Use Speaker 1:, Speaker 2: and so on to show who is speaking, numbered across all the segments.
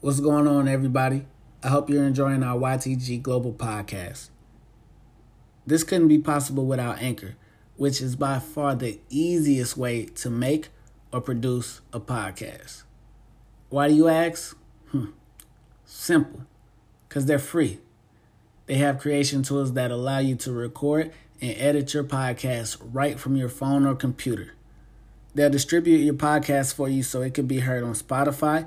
Speaker 1: What's going on, everybody? I hope you're enjoying our YTG Global podcast. This couldn't be possible without Anchor, which is by far the easiest way to make or produce a podcast. Why do you ask? Hmm. Simple, because they're free. They have creation tools that allow you to record and edit your podcast right from your phone or computer. They'll distribute your podcast for you so it can be heard on Spotify,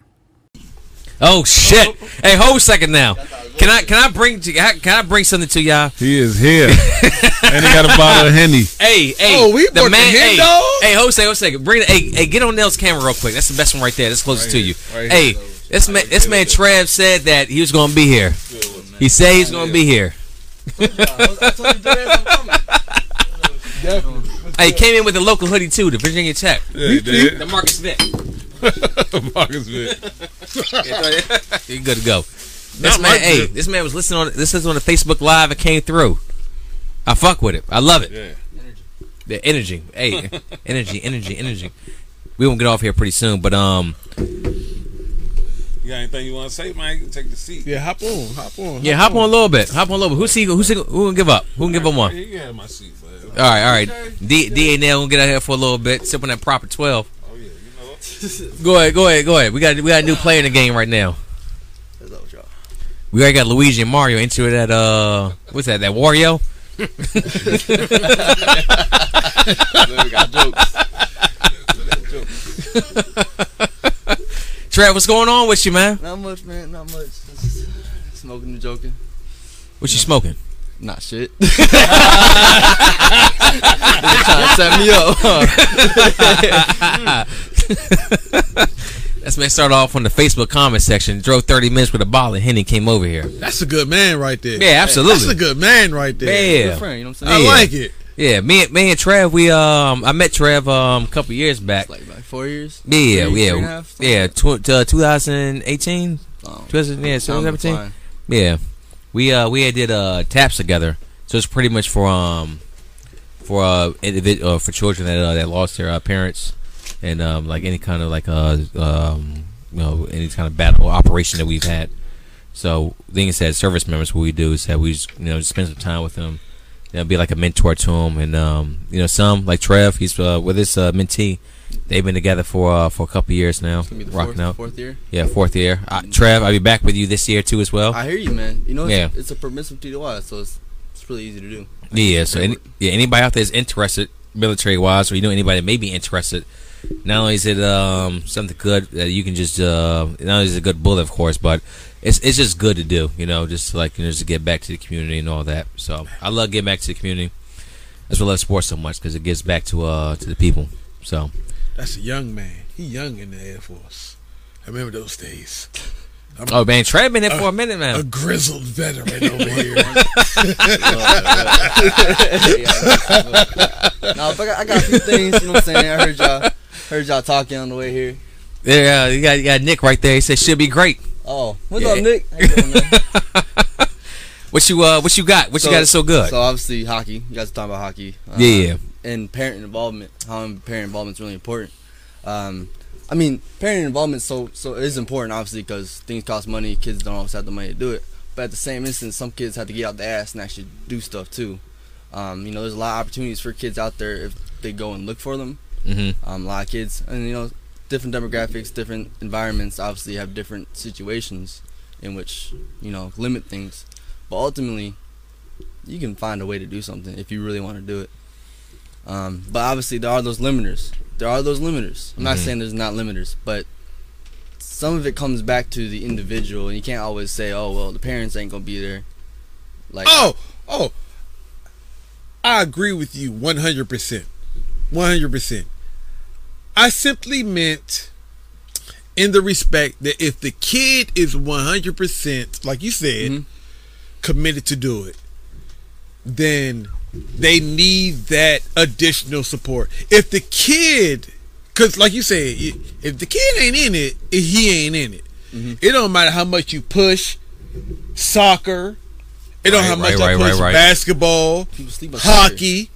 Speaker 2: Oh shit! Hey, hold a second now. Can I can I bring to, can I bring something to y'all?
Speaker 3: He is here. and he got a bottle of Henny.
Speaker 2: Hey, hey,
Speaker 4: Oh, we brought the
Speaker 2: hey,
Speaker 4: hen dog?
Speaker 2: hey, hold a second, hold a second. Bring the, hey, hey, get on Nell's camera real quick. That's the best one right there. That's closest
Speaker 3: Right here,
Speaker 2: to you.
Speaker 3: right
Speaker 2: hey,
Speaker 3: here.
Speaker 2: this man, this man Trav said that he was gonna be here. He said he's gonna be here. Hey, came in with a local hoodie too, the Virginia Tech,
Speaker 3: Yeah, he did.
Speaker 2: the Marcus Vick.
Speaker 3: Marcus Vick.
Speaker 2: You good to go. This
Speaker 3: my
Speaker 2: man, hey,
Speaker 3: good.
Speaker 2: this man was listening on this is on the Facebook Live. It came through. I fuck with it. I love it.
Speaker 3: Yeah.
Speaker 2: The energy, hey, energy, energy, energy. We won't get off here pretty soon, but um,
Speaker 5: You got anything you want to say, Mike? Take the seat.
Speaker 4: Yeah, hop on, hop on.
Speaker 2: yeah, hop on a little bit. Hop on a little bit. Who's he? Who's he, who can give up? Who can give him one?
Speaker 5: Yeah, you have my seat, man.
Speaker 2: All right, all right. D D A Nail gonna get out here for a little bit, sipping that proper twelve.
Speaker 5: Oh yeah, you know.
Speaker 2: Go ahead, go ahead, go ahead. We got we got a new player in the game right now. We already got Luigi and Mario into that. Uh, what's that? That Wario.
Speaker 5: we got jokes.
Speaker 2: Trav, what's going on with you, man?
Speaker 6: Not much, man. Not much. Just Smoking and joking.
Speaker 2: What you smoking?
Speaker 6: Not shit. They trying to set me up. huh?
Speaker 2: That's man started off on the Facebook comment section. Drove thirty minutes with a bottle of Henny, came over here.
Speaker 4: That's a good man right there.
Speaker 2: Yeah, absolutely.
Speaker 4: That's a good man right there.
Speaker 2: Yeah,
Speaker 6: Good friend, you know what I'm
Speaker 4: I
Speaker 6: saying?
Speaker 2: Yeah.
Speaker 4: like it.
Speaker 2: yeah. Me, and me and Trav, we um, I met Trav um a couple years back.
Speaker 6: It's like about four years.
Speaker 2: Yeah,
Speaker 6: three,
Speaker 2: yeah,
Speaker 6: three and a half, something
Speaker 2: yeah.
Speaker 6: like
Speaker 2: Tw- uh, 2018,
Speaker 6: that. Um,
Speaker 2: 2000, yeah,
Speaker 6: time will
Speaker 2: 2017.
Speaker 6: fly.
Speaker 2: Yeah, we uh we had did uh taps together, so it's pretty much for um for uh, individ- uh for children that uh, that lost their uh, parents and um like any kind of like uh um you know any kind of battle or operation that we've had. So thing is that service members, what we do is that we just, you know just spend some time with them. You know, be like a mentor to them, and um you know some like Trev, he's uh, with his uh, mentee. They've been together for uh, for a couple years now,
Speaker 6: It's gonna be the
Speaker 2: rocking
Speaker 6: fourth,
Speaker 2: out.
Speaker 6: fourth year.
Speaker 2: Yeah, fourth year. Uh, Trev, I'll be back with you this year too as well.
Speaker 6: I hear you, man. You know, it's,
Speaker 2: Oh. Yeah.
Speaker 6: it's a permissive DUI, so it's, it's really easy to do.
Speaker 2: Yeah, so any, yeah, anybody out there is interested military wise, or you know anybody that may be interested. Not only is it um, something good that you can just uh, not only is it a good bullet, of course, but it's it's just good to do, you know, just to, like you know, just to get back to the community and all that. So I love getting back to the community. That's why I love sports so much because it gives back to uh to the people. So
Speaker 4: That's a young man. He young in the Air Force. I remember those days.
Speaker 2: oh man, Trev
Speaker 6: Uh,
Speaker 2: been there for a minute, man.
Speaker 4: A grizzled veteran over here.
Speaker 6: Nah, but I got, I got a few things. You know what I'm saying? I heard y'all, heard y'all talking on the way here.
Speaker 2: yeah, you got you got Nick right there. He said should be great.
Speaker 6: Oh, what's
Speaker 2: Yeah.
Speaker 6: up, Nick? How you doing, man?
Speaker 2: What you uh what you got? What you got is so good?
Speaker 6: So obviously hockey. You guys are talking about hockey. Uh,
Speaker 2: Yeah, yeah.
Speaker 6: And parent involvement. How um, parent involvement is really important. Um, I mean, parent involvement so so it is important obviously because things cost money. Kids don't always have the money to do it. But at the same instance, some kids have to get out the ass and actually do stuff too. Um, you know, there's a lot of opportunities for kids out there if they go and look for them.
Speaker 2: hmm
Speaker 6: Um, a lot of kids, and you know, different demographics, different environments obviously have different situations in which you know limit things. But ultimately, you can find a way to do something if you really want to do it. Um, but obviously, there are those limiters. There are those limiters. I'm not
Speaker 2: Mhm.
Speaker 6: saying there's not limiters, but some of it comes back to the individual, and you can't always say, "Oh, well, the parents ain't gonna be there." Like,
Speaker 4: Oh, oh. I agree with you 100%. 100%. I simply meant in the respect that if the kid is 100%, like you said,
Speaker 2: Mm-hmm.
Speaker 6: Mhm.
Speaker 4: committed to do it, then they need that additional support. If the kid Cause like you said, i- if the kid ain't in it, i- he ain't in it.
Speaker 2: Mm-hmm.
Speaker 4: It don't matter how much you push soccer. It don't
Speaker 2: Right,
Speaker 4: how much
Speaker 2: right,
Speaker 4: I
Speaker 2: right,
Speaker 4: push
Speaker 2: right, right.
Speaker 4: basketball,
Speaker 6: People sleep on soccer.
Speaker 4: hockey.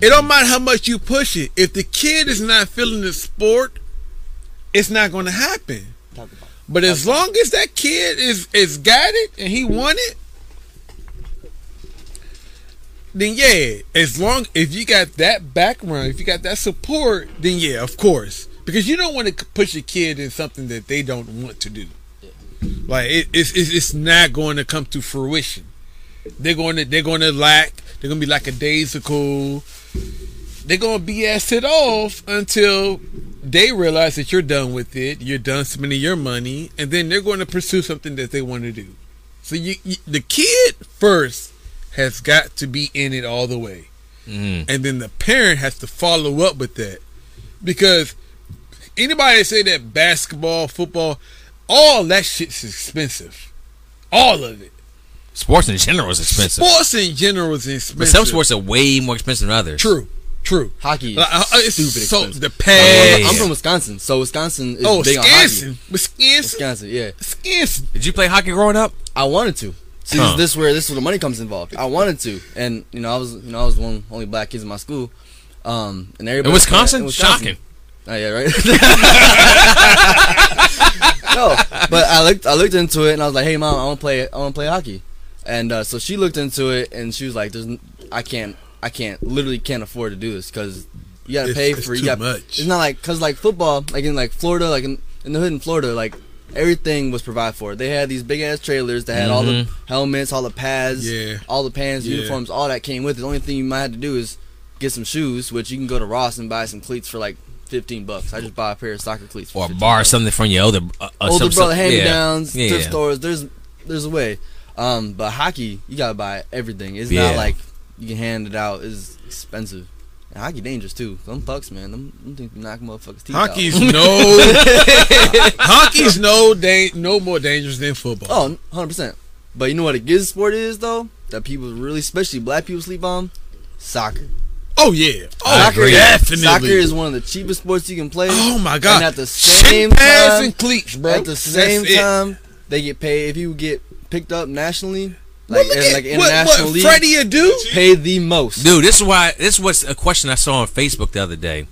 Speaker 4: It don't matter how much you push it. If the kid is not feeling the sport, it's not going to happen.
Speaker 6: Talk about it.
Speaker 4: But as long as that kid is is got it and he won it, then yeah. As long if you got that background, if you got that support, then yeah, of course. Because you don't want to push a kid in something that they don't want to do. Like it, it's, it's it's not going to come to fruition. They're going to they're going to lack. They're going to be like a daisical. They're going to BS it off until they realize that you're done with it. You're done spending your money, and then they're going to pursue something that they want to do. So you, you the kid first has got to be in it all the way,
Speaker 2: Mm.
Speaker 4: and then the parent has to follow up with that because anybody that say that basketball, football, all that shit's expensive. All of it.
Speaker 2: Sports in general is expensive,
Speaker 4: Sports in general is expensive.
Speaker 2: but some sports are way more expensive than others.
Speaker 4: True. True.
Speaker 6: Hockey. Is
Speaker 4: Like, uh, it's
Speaker 6: stupid
Speaker 4: so
Speaker 6: expensive. Oh,
Speaker 4: the pad.
Speaker 2: Yeah.
Speaker 6: I'm from Wisconsin, so Wisconsin is
Speaker 4: Oh,
Speaker 6: big on
Speaker 4: Wisconsin.
Speaker 6: hockey.
Speaker 4: Wisconsin.
Speaker 6: Wisconsin, yeah.
Speaker 4: Wisconsin.
Speaker 2: Did you play hockey growing up?
Speaker 6: I wanted to. See,
Speaker 2: Huh.
Speaker 6: this, this where this is where the money comes involved. I wanted to, and you know, I was you know I was one only black kids in my school, um, and everybody
Speaker 2: In Wisconsin?
Speaker 6: in
Speaker 2: Shocking.
Speaker 6: Oh, yeah, right. no, but I looked I looked into it and I was like, hey mom, I want to play I want to play hockey, and uh, so she looked into it and she was like, there's n- I can't I can't literally can't afford to do this because you gotta
Speaker 4: It's-
Speaker 6: pay
Speaker 4: it's
Speaker 6: for you
Speaker 4: too
Speaker 6: gotta,
Speaker 4: much.
Speaker 6: It's not like cause like football like in like Florida like in, in the hood in Florida like everything was provided for. They had these big ass trailers that had all the helmets, all the pads,
Speaker 4: Yeah.
Speaker 6: all the pants,
Speaker 4: Yeah.
Speaker 6: uniforms, all that came with it. The only thing you might have to do is get some shoes, which you can go to Ross and buy some cleats for like fifteen bucks. I just bought a pair of soccer cleats for
Speaker 2: Or
Speaker 6: 15
Speaker 2: borrow
Speaker 6: bucks.
Speaker 2: something from your older uh, uh,
Speaker 6: older
Speaker 2: some- some-
Speaker 6: brother hand me downs,
Speaker 2: Yeah.
Speaker 6: thrift
Speaker 2: Yeah.
Speaker 6: stores. There's there's a way, um, but hockey you gotta buy everything. It's
Speaker 2: Yeah.
Speaker 6: not like you can hand it out. It's expensive. And hockey dangerous too. Them pucks, man. Them, them things knock motherfuckers teeth
Speaker 4: Hockey's
Speaker 6: out.
Speaker 4: no Hockey's no da- no more dangerous than football.
Speaker 6: Oh, 100 percent. But you know what a good sport is though that people really, especially black people, sleep on soccer.
Speaker 4: Oh yeah. Oh
Speaker 2: I agree.
Speaker 4: definitely.
Speaker 6: Soccer is one of the cheapest sports you can play.
Speaker 4: Oh my god.
Speaker 6: And at the same
Speaker 4: Shit pads
Speaker 6: time-
Speaker 4: and cleats, bro.
Speaker 6: At the same
Speaker 4: That's it.
Speaker 6: time, they get paid if you get picked up nationally,
Speaker 4: Well,
Speaker 6: like
Speaker 4: look
Speaker 6: in,
Speaker 4: at
Speaker 6: like
Speaker 4: what,
Speaker 6: international
Speaker 4: what
Speaker 6: league,
Speaker 4: Freddie a do?
Speaker 6: pay the most.
Speaker 2: Dude, this is why this was a question I saw on Facebook the other day.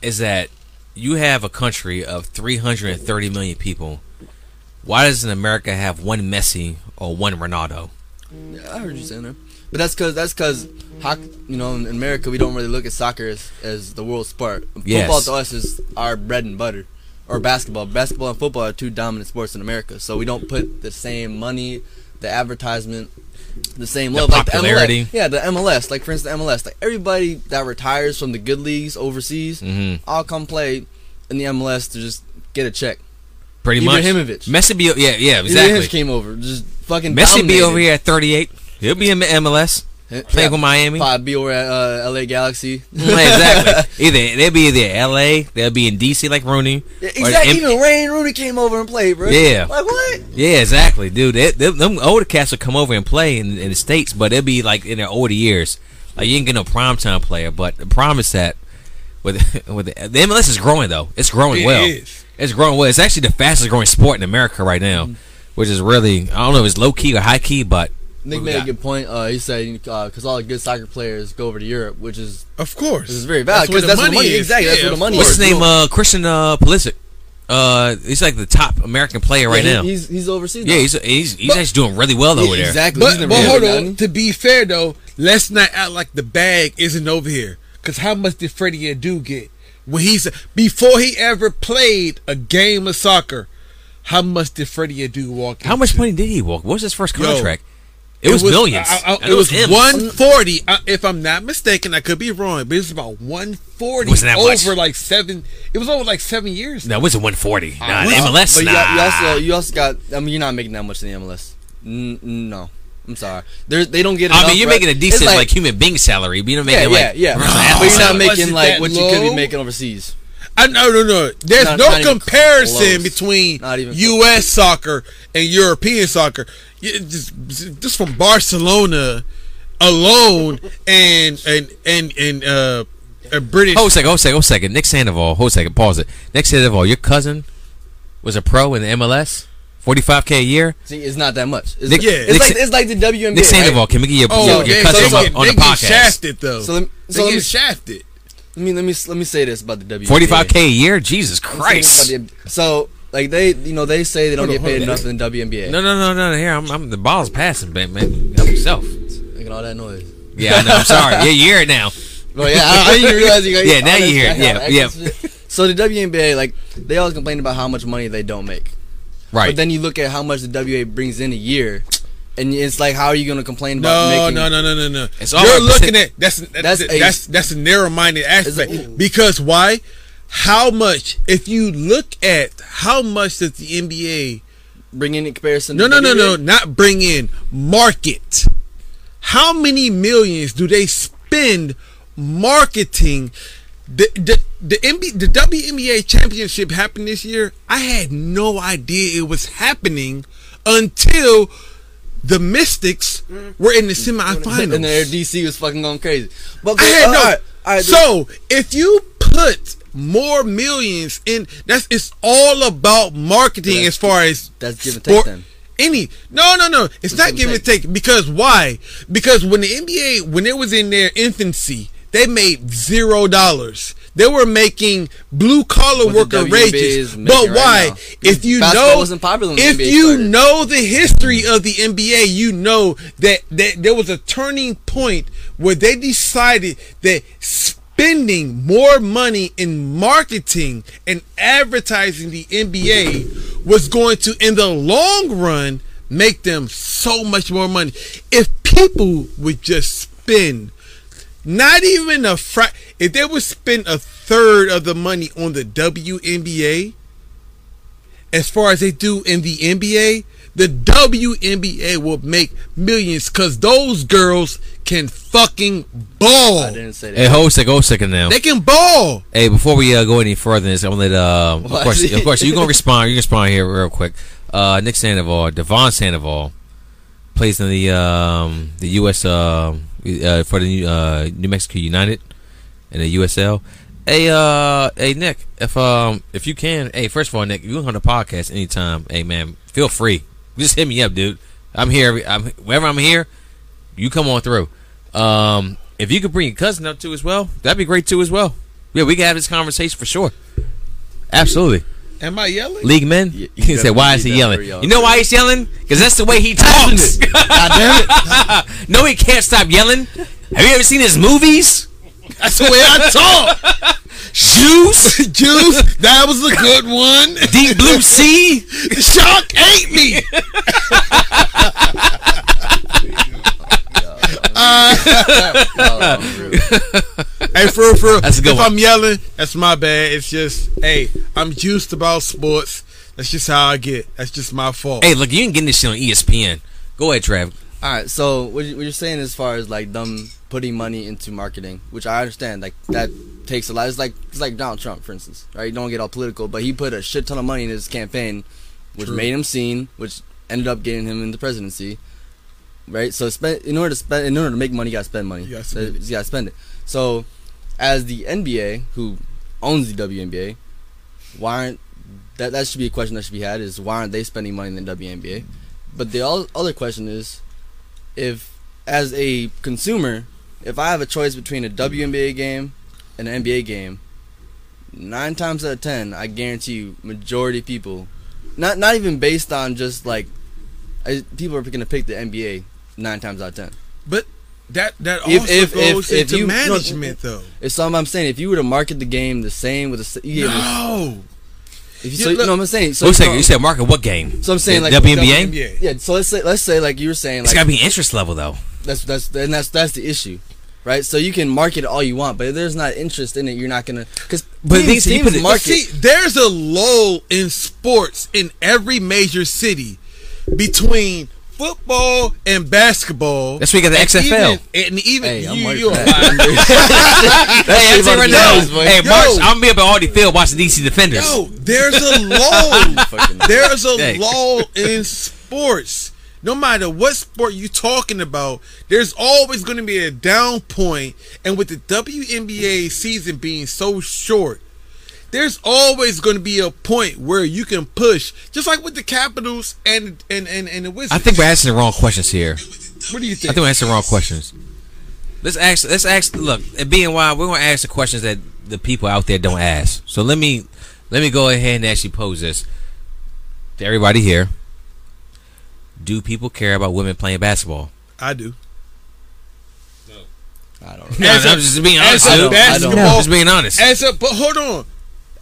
Speaker 2: Is that you have a country of 330 million people? Why doesn't America have one Messi or one Ronaldo?
Speaker 6: Yeah, I heard you saying that, but that's because that's because hockey. You know, in America, we don't really look at soccer as, as the world sport.
Speaker 2: Yes.
Speaker 6: Football to us is our bread and butter, or basketball. Basketball and football are two dominant sports in America, so we don't put the same money, the advertisement. The same
Speaker 2: The
Speaker 6: level, like
Speaker 2: popularity.
Speaker 6: the MLS. yeah, the MLS. Like for instance, the MLS. Like everybody that retires from the good leagues overseas,
Speaker 2: Mm-hmm.
Speaker 6: I'll come play in the MLS to just get a check.
Speaker 2: Pretty much.
Speaker 6: Ibrahimovic.
Speaker 2: Messi be yeah yeah
Speaker 6: Exactly.
Speaker 2: exactly.
Speaker 6: came over, just fucking.
Speaker 2: Messi be
Speaker 6: dominated.
Speaker 2: over here at 38. He'll be in the MLS
Speaker 6: Yeah,
Speaker 2: playing with Miami.
Speaker 6: probably be over at uh, LA Galaxy.
Speaker 2: exactly. Either they'll be either in LA, they'll be in DC like Rooney.
Speaker 6: Yeah,
Speaker 2: or
Speaker 6: exactly.
Speaker 2: in-
Speaker 6: Even Rain Rooney came over and played, bro.
Speaker 2: Yeah.
Speaker 6: Like what?
Speaker 2: Yeah, exactly, dude. They, them, them older cats will come over and play in, in the states, but they'll be like in their older years. Like you ain't get no primetime player, but the problem is that with with the, the MLS is growing though. It's growing
Speaker 4: It
Speaker 2: well.
Speaker 4: is. Mm-hmm.
Speaker 2: It's growing well. It's actually the fastest growing sport in America right now, which is really I don't know if it's low key or high key, but
Speaker 6: Nick
Speaker 2: we
Speaker 6: made
Speaker 2: got?
Speaker 6: a good point. Uh, he said because all the good soccer players go over to Europe, which is
Speaker 4: Of
Speaker 6: which is
Speaker 4: course.
Speaker 6: very valid
Speaker 4: where
Speaker 6: because that's, where the money.
Speaker 4: is.
Speaker 6: Exactly. that's
Speaker 4: Yeah,
Speaker 6: where the
Speaker 4: of
Speaker 6: money.
Speaker 2: what's
Speaker 6: is.
Speaker 2: his name? Uh, Christian uh, Pulisic. Uh, he's like the top American player right
Speaker 6: Yeah, he-
Speaker 2: now.
Speaker 6: He's he's overseas.
Speaker 2: yeah,
Speaker 6: now.
Speaker 2: he's he's, he's
Speaker 4: But-
Speaker 2: actually doing really well
Speaker 6: Yeah,
Speaker 2: over there.
Speaker 6: Exactly. He's
Speaker 4: But,
Speaker 6: never
Speaker 4: but
Speaker 6: been
Speaker 4: hold
Speaker 6: there,
Speaker 4: on.
Speaker 6: Donnie.
Speaker 4: To be fair though, let's not act like the bag isn't over here. Cause how much did Freddie do get when he's before he ever played a game of soccer? How much did Freddie do walk?
Speaker 2: How much
Speaker 4: into?
Speaker 2: money did he walk? What was his first
Speaker 4: Yo,
Speaker 2: contract? it, was, millions.
Speaker 4: I- I-
Speaker 2: I know
Speaker 4: it was
Speaker 2: M's.
Speaker 4: one forty. uh, If I'm not mistaken, I could be wrong, but it's about one forty
Speaker 2: It wasn't that
Speaker 4: over
Speaker 2: much.
Speaker 4: like seven. It was over like seven years.
Speaker 2: No, it was a 140. Nah,
Speaker 4: was-
Speaker 2: MLS.
Speaker 6: Uh, But you,
Speaker 2: nah.
Speaker 6: got- you also you also got. I mean, you're not making that much in the MLS. N- n- no, I'm sorry. They're, they don't get.
Speaker 2: I
Speaker 6: enough,
Speaker 2: mean, you're
Speaker 6: bro.
Speaker 2: making a
Speaker 6: It's
Speaker 2: decent like, human being salary, but you're not
Speaker 6: yeah,
Speaker 2: making
Speaker 6: yeah,
Speaker 2: like
Speaker 6: yeah.
Speaker 2: Ronaldo
Speaker 6: But you're not
Speaker 2: salary.
Speaker 4: Was it
Speaker 6: making like
Speaker 4: that
Speaker 6: what you could be
Speaker 4: low?
Speaker 6: making overseas.
Speaker 4: I no no no. There's
Speaker 6: Not-
Speaker 4: no
Speaker 6: not even
Speaker 4: comparison
Speaker 6: close.
Speaker 4: between
Speaker 6: Not even
Speaker 4: U.S. soccer and European soccer. You- Just, just from Barcelona alone and and and and uh, a British.
Speaker 6: Oh,
Speaker 2: Hold a second, hold a second, hold a second. Nick Sandoval, hold a second, pause it. Nick Sandoval, your cousin was a pro in the MLS, forty five K a year.
Speaker 6: See, it's not that much. It's,
Speaker 2: Nick-
Speaker 6: yeah,
Speaker 4: Yeah.
Speaker 6: it's
Speaker 2: Nick
Speaker 6: like
Speaker 2: Sa-
Speaker 6: it's like the WNBA.
Speaker 2: Nick Sandoval,
Speaker 6: right?
Speaker 2: can we get your,
Speaker 4: Oh,
Speaker 2: your, your
Speaker 4: they,
Speaker 2: cousin
Speaker 4: so
Speaker 2: up
Speaker 4: they get,
Speaker 2: on
Speaker 4: they
Speaker 2: the
Speaker 4: get
Speaker 2: podcast?
Speaker 4: shafted though.
Speaker 6: So let me
Speaker 4: they
Speaker 6: so let
Speaker 4: get
Speaker 6: me,
Speaker 4: shafted.
Speaker 6: let me let me let me say this about the WNBA.
Speaker 2: Forty five K a year? Jesus
Speaker 6: Let me say
Speaker 2: Christ.
Speaker 6: this about the- So like they you know they say they don't
Speaker 4: Hold on,
Speaker 6: get paid
Speaker 4: hold on.
Speaker 6: enough in the WNBA.
Speaker 2: No, no, no, no. Here, I'm, I'm the ball's passing, man. man. Help yourself.
Speaker 6: Making all that noise.
Speaker 2: Yeah, I know. I'm sorry. Yeah, you hear it now.
Speaker 6: Well, yeah, I, I didn't even realize you got
Speaker 2: Yeah, now
Speaker 6: all
Speaker 2: you
Speaker 6: this
Speaker 2: hear it.
Speaker 6: background
Speaker 2: Yeah,
Speaker 6: action shit. So the WNBA, like, they always complain about how much money they don't make.
Speaker 2: Right.
Speaker 6: But then you look at how much the WA brings in a year, and it's like, how are you going to complain about
Speaker 4: No,
Speaker 6: making?
Speaker 4: no, no, no, no, no.
Speaker 2: It's all
Speaker 4: You're
Speaker 2: about percent-
Speaker 4: looking at that's that's
Speaker 6: That's
Speaker 4: that's
Speaker 6: a-
Speaker 4: that's, a narrow-minded aspect
Speaker 6: It's a-
Speaker 4: because why? How much? If you look at how much does the NBA?
Speaker 6: Bring in in comparison.
Speaker 4: No,
Speaker 6: to
Speaker 4: no, no, no,
Speaker 6: WNBA?
Speaker 4: not bring in market. How many millions do they spend marketing? The the the, NBA, the WNBA championship happened this year. I had no idea it was happening until the Mystics were Mm. in the semifinals.
Speaker 6: And their DC was fucking going crazy. But
Speaker 4: I had
Speaker 6: uh,
Speaker 4: no.
Speaker 6: all right, all right,
Speaker 4: so if you put more millions in, that's it's all about marketing
Speaker 6: That's-
Speaker 4: as far as
Speaker 6: that's give and take
Speaker 4: sport-
Speaker 6: then.
Speaker 4: Any no no no, it's not give and take because why? Because when the NBA when it was in their infancy, they made zero dollars. They were making blue collar
Speaker 6: What the
Speaker 4: worker
Speaker 6: WNBA
Speaker 4: wages,
Speaker 6: is making
Speaker 4: but
Speaker 6: right
Speaker 4: why?
Speaker 6: now.
Speaker 4: if you
Speaker 6: Basketball
Speaker 4: know,
Speaker 6: wasn't popular when the
Speaker 4: if
Speaker 6: NBA
Speaker 4: you
Speaker 6: started.
Speaker 4: know the history of the NBA, you know that, that there was a turning point where they decided that spending more money in marketing and advertising the NBA was going to, in the long run, make them so much more money. If people would just spend not even a fr if they would spend a third of the money on the WNBA as far as they do in the NBA, the WNBA will make millions because those girls can fucking
Speaker 6: I
Speaker 4: ball.
Speaker 6: didn't say
Speaker 2: Hey,
Speaker 6: that.
Speaker 2: hold a second, hold a second now.
Speaker 4: They can ball.
Speaker 2: Hey, before we uh, go any further, in this, I'm gonna let uh, of
Speaker 6: Why
Speaker 2: course,
Speaker 6: is he-
Speaker 2: of course, you gonna respond. You can respond here real quick. Uh, Nick Sandoval, Devon Sandoval, plays in the um, the U.S. Uh, uh, for the uh, New Mexico United in the USL. Hey, uh, hey Nick, if um, if you can, hey, first of all, Nick, you on the podcast anytime. Hey, man, feel free. Just hit me up, dude. I'm here. every- I'm wherever I'm here. You come on through. Um, if you could bring your cousin up too as well, that'd be great too as well. Yeah, we can have this conversation for sure. Absolutely.
Speaker 4: Am I yelling?
Speaker 2: League men,
Speaker 6: You-
Speaker 2: you,
Speaker 6: you
Speaker 2: can say,
Speaker 6: definitely
Speaker 2: why is he
Speaker 6: need that
Speaker 2: yelling?
Speaker 6: for y'all.
Speaker 2: You know why he's yelling? Because that's the way he talks.
Speaker 6: God damn it.
Speaker 2: no, he can't stop yelling. Have you ever seen his movies?
Speaker 4: That's the way I talk.
Speaker 2: Juice,
Speaker 4: Juice, that was a good one.
Speaker 2: Deep Blue Sea.
Speaker 4: The shark ate me.
Speaker 6: No, no, no, really.
Speaker 4: hey, for real, for real,
Speaker 2: That's a good
Speaker 4: if
Speaker 2: one.
Speaker 4: I'm yelling, that's my bad. It's just, hey, I'm juiced about sports. That's just how I get. That's just my fault.
Speaker 2: Hey, look, you can get this shit on E ESPN. Go ahead, Trav.
Speaker 6: All right, so what you- what you're saying as far as like them putting money into marketing, which I understand, like that takes a lot. It's like it's like Donald Trump, for instance, right? You don't get all political, but he put a shit ton of money in his campaign, which made him seen, which ended up getting him in the presidency, right? So spend in order to spend in order to make money, you gotta spend money.
Speaker 4: You gotta
Speaker 6: So
Speaker 4: spend it.
Speaker 6: you gotta spend it. So as the NBA, who owns the WNBA, why aren't that that should be a question that should be had is why aren't they spending money in the WNBA? But the all, other question is, if as a consumer, if I have a choice between a WNBA game and an NBA game, nine times out of ten, I guarantee you, majority of people, not not even based on just like, I, people are going to pick the NBA nine times out of ten.
Speaker 4: But that that also
Speaker 6: If- if-
Speaker 4: goes
Speaker 6: if- if
Speaker 4: into
Speaker 6: you- no,
Speaker 4: management, though.
Speaker 6: If so, I'm saying if you were to market the game the same with the s- you gave it-
Speaker 4: No,
Speaker 6: if you,
Speaker 4: You
Speaker 6: so, you
Speaker 4: look-
Speaker 6: know what I'm saying. So
Speaker 2: Wait a
Speaker 6: you
Speaker 2: second.
Speaker 6: know-
Speaker 2: You said market what game?
Speaker 6: so I'm saying
Speaker 2: The
Speaker 6: like
Speaker 2: WNBA?
Speaker 4: WNBA.
Speaker 6: Yeah, so let's say let's say like you were saying
Speaker 2: It's
Speaker 6: like
Speaker 2: got to be interest level though.
Speaker 6: That's that's and that's that's the issue, right? So you can market all you want, but if there's not interest in it, you're not gonna. Cause
Speaker 2: But the thing
Speaker 6: teams,
Speaker 2: is, you
Speaker 6: teams
Speaker 2: put it-
Speaker 6: market.
Speaker 4: See, there's a lull in sports in every major city between football and basketball.
Speaker 2: That's where you got the
Speaker 4: And
Speaker 2: XFL.
Speaker 4: even- and even
Speaker 6: hey, I'm
Speaker 4: you,
Speaker 6: ready
Speaker 4: you
Speaker 6: for
Speaker 4: a-
Speaker 6: that.
Speaker 2: Hey, I'm
Speaker 6: That's
Speaker 2: saying right
Speaker 6: about
Speaker 2: now.
Speaker 6: the Dallas, boy.
Speaker 2: Hey,
Speaker 4: Yo.
Speaker 2: March, I'm gonna be up at Audi Field watching DC Defenders.
Speaker 4: Yo, there's a lull.
Speaker 6: Fucking-
Speaker 4: there's a
Speaker 2: Hey.
Speaker 4: lull in sports. no matter what sport you talking about, there's always going to be a down point. And with the WNBA season being so short, there's always going to be a point where you can push, just like with the Capitals and and and, and the Wizards.
Speaker 2: I think we're asking the wrong questions here.
Speaker 4: What do you
Speaker 2: I
Speaker 4: think?
Speaker 2: think we're asking the wrong questions. Let's ask. Let's ask. Look, at being wild, we're gonna ask the questions that the people out there don't ask. So let me let me go ahead and actually pose this to everybody here. Do people care about women playing basketball?
Speaker 4: I do.
Speaker 6: I don't know.
Speaker 2: No, I'm just being honest.
Speaker 4: as a
Speaker 2: dude.
Speaker 6: I don't-
Speaker 2: I'm just being honest.
Speaker 4: As a but hold on,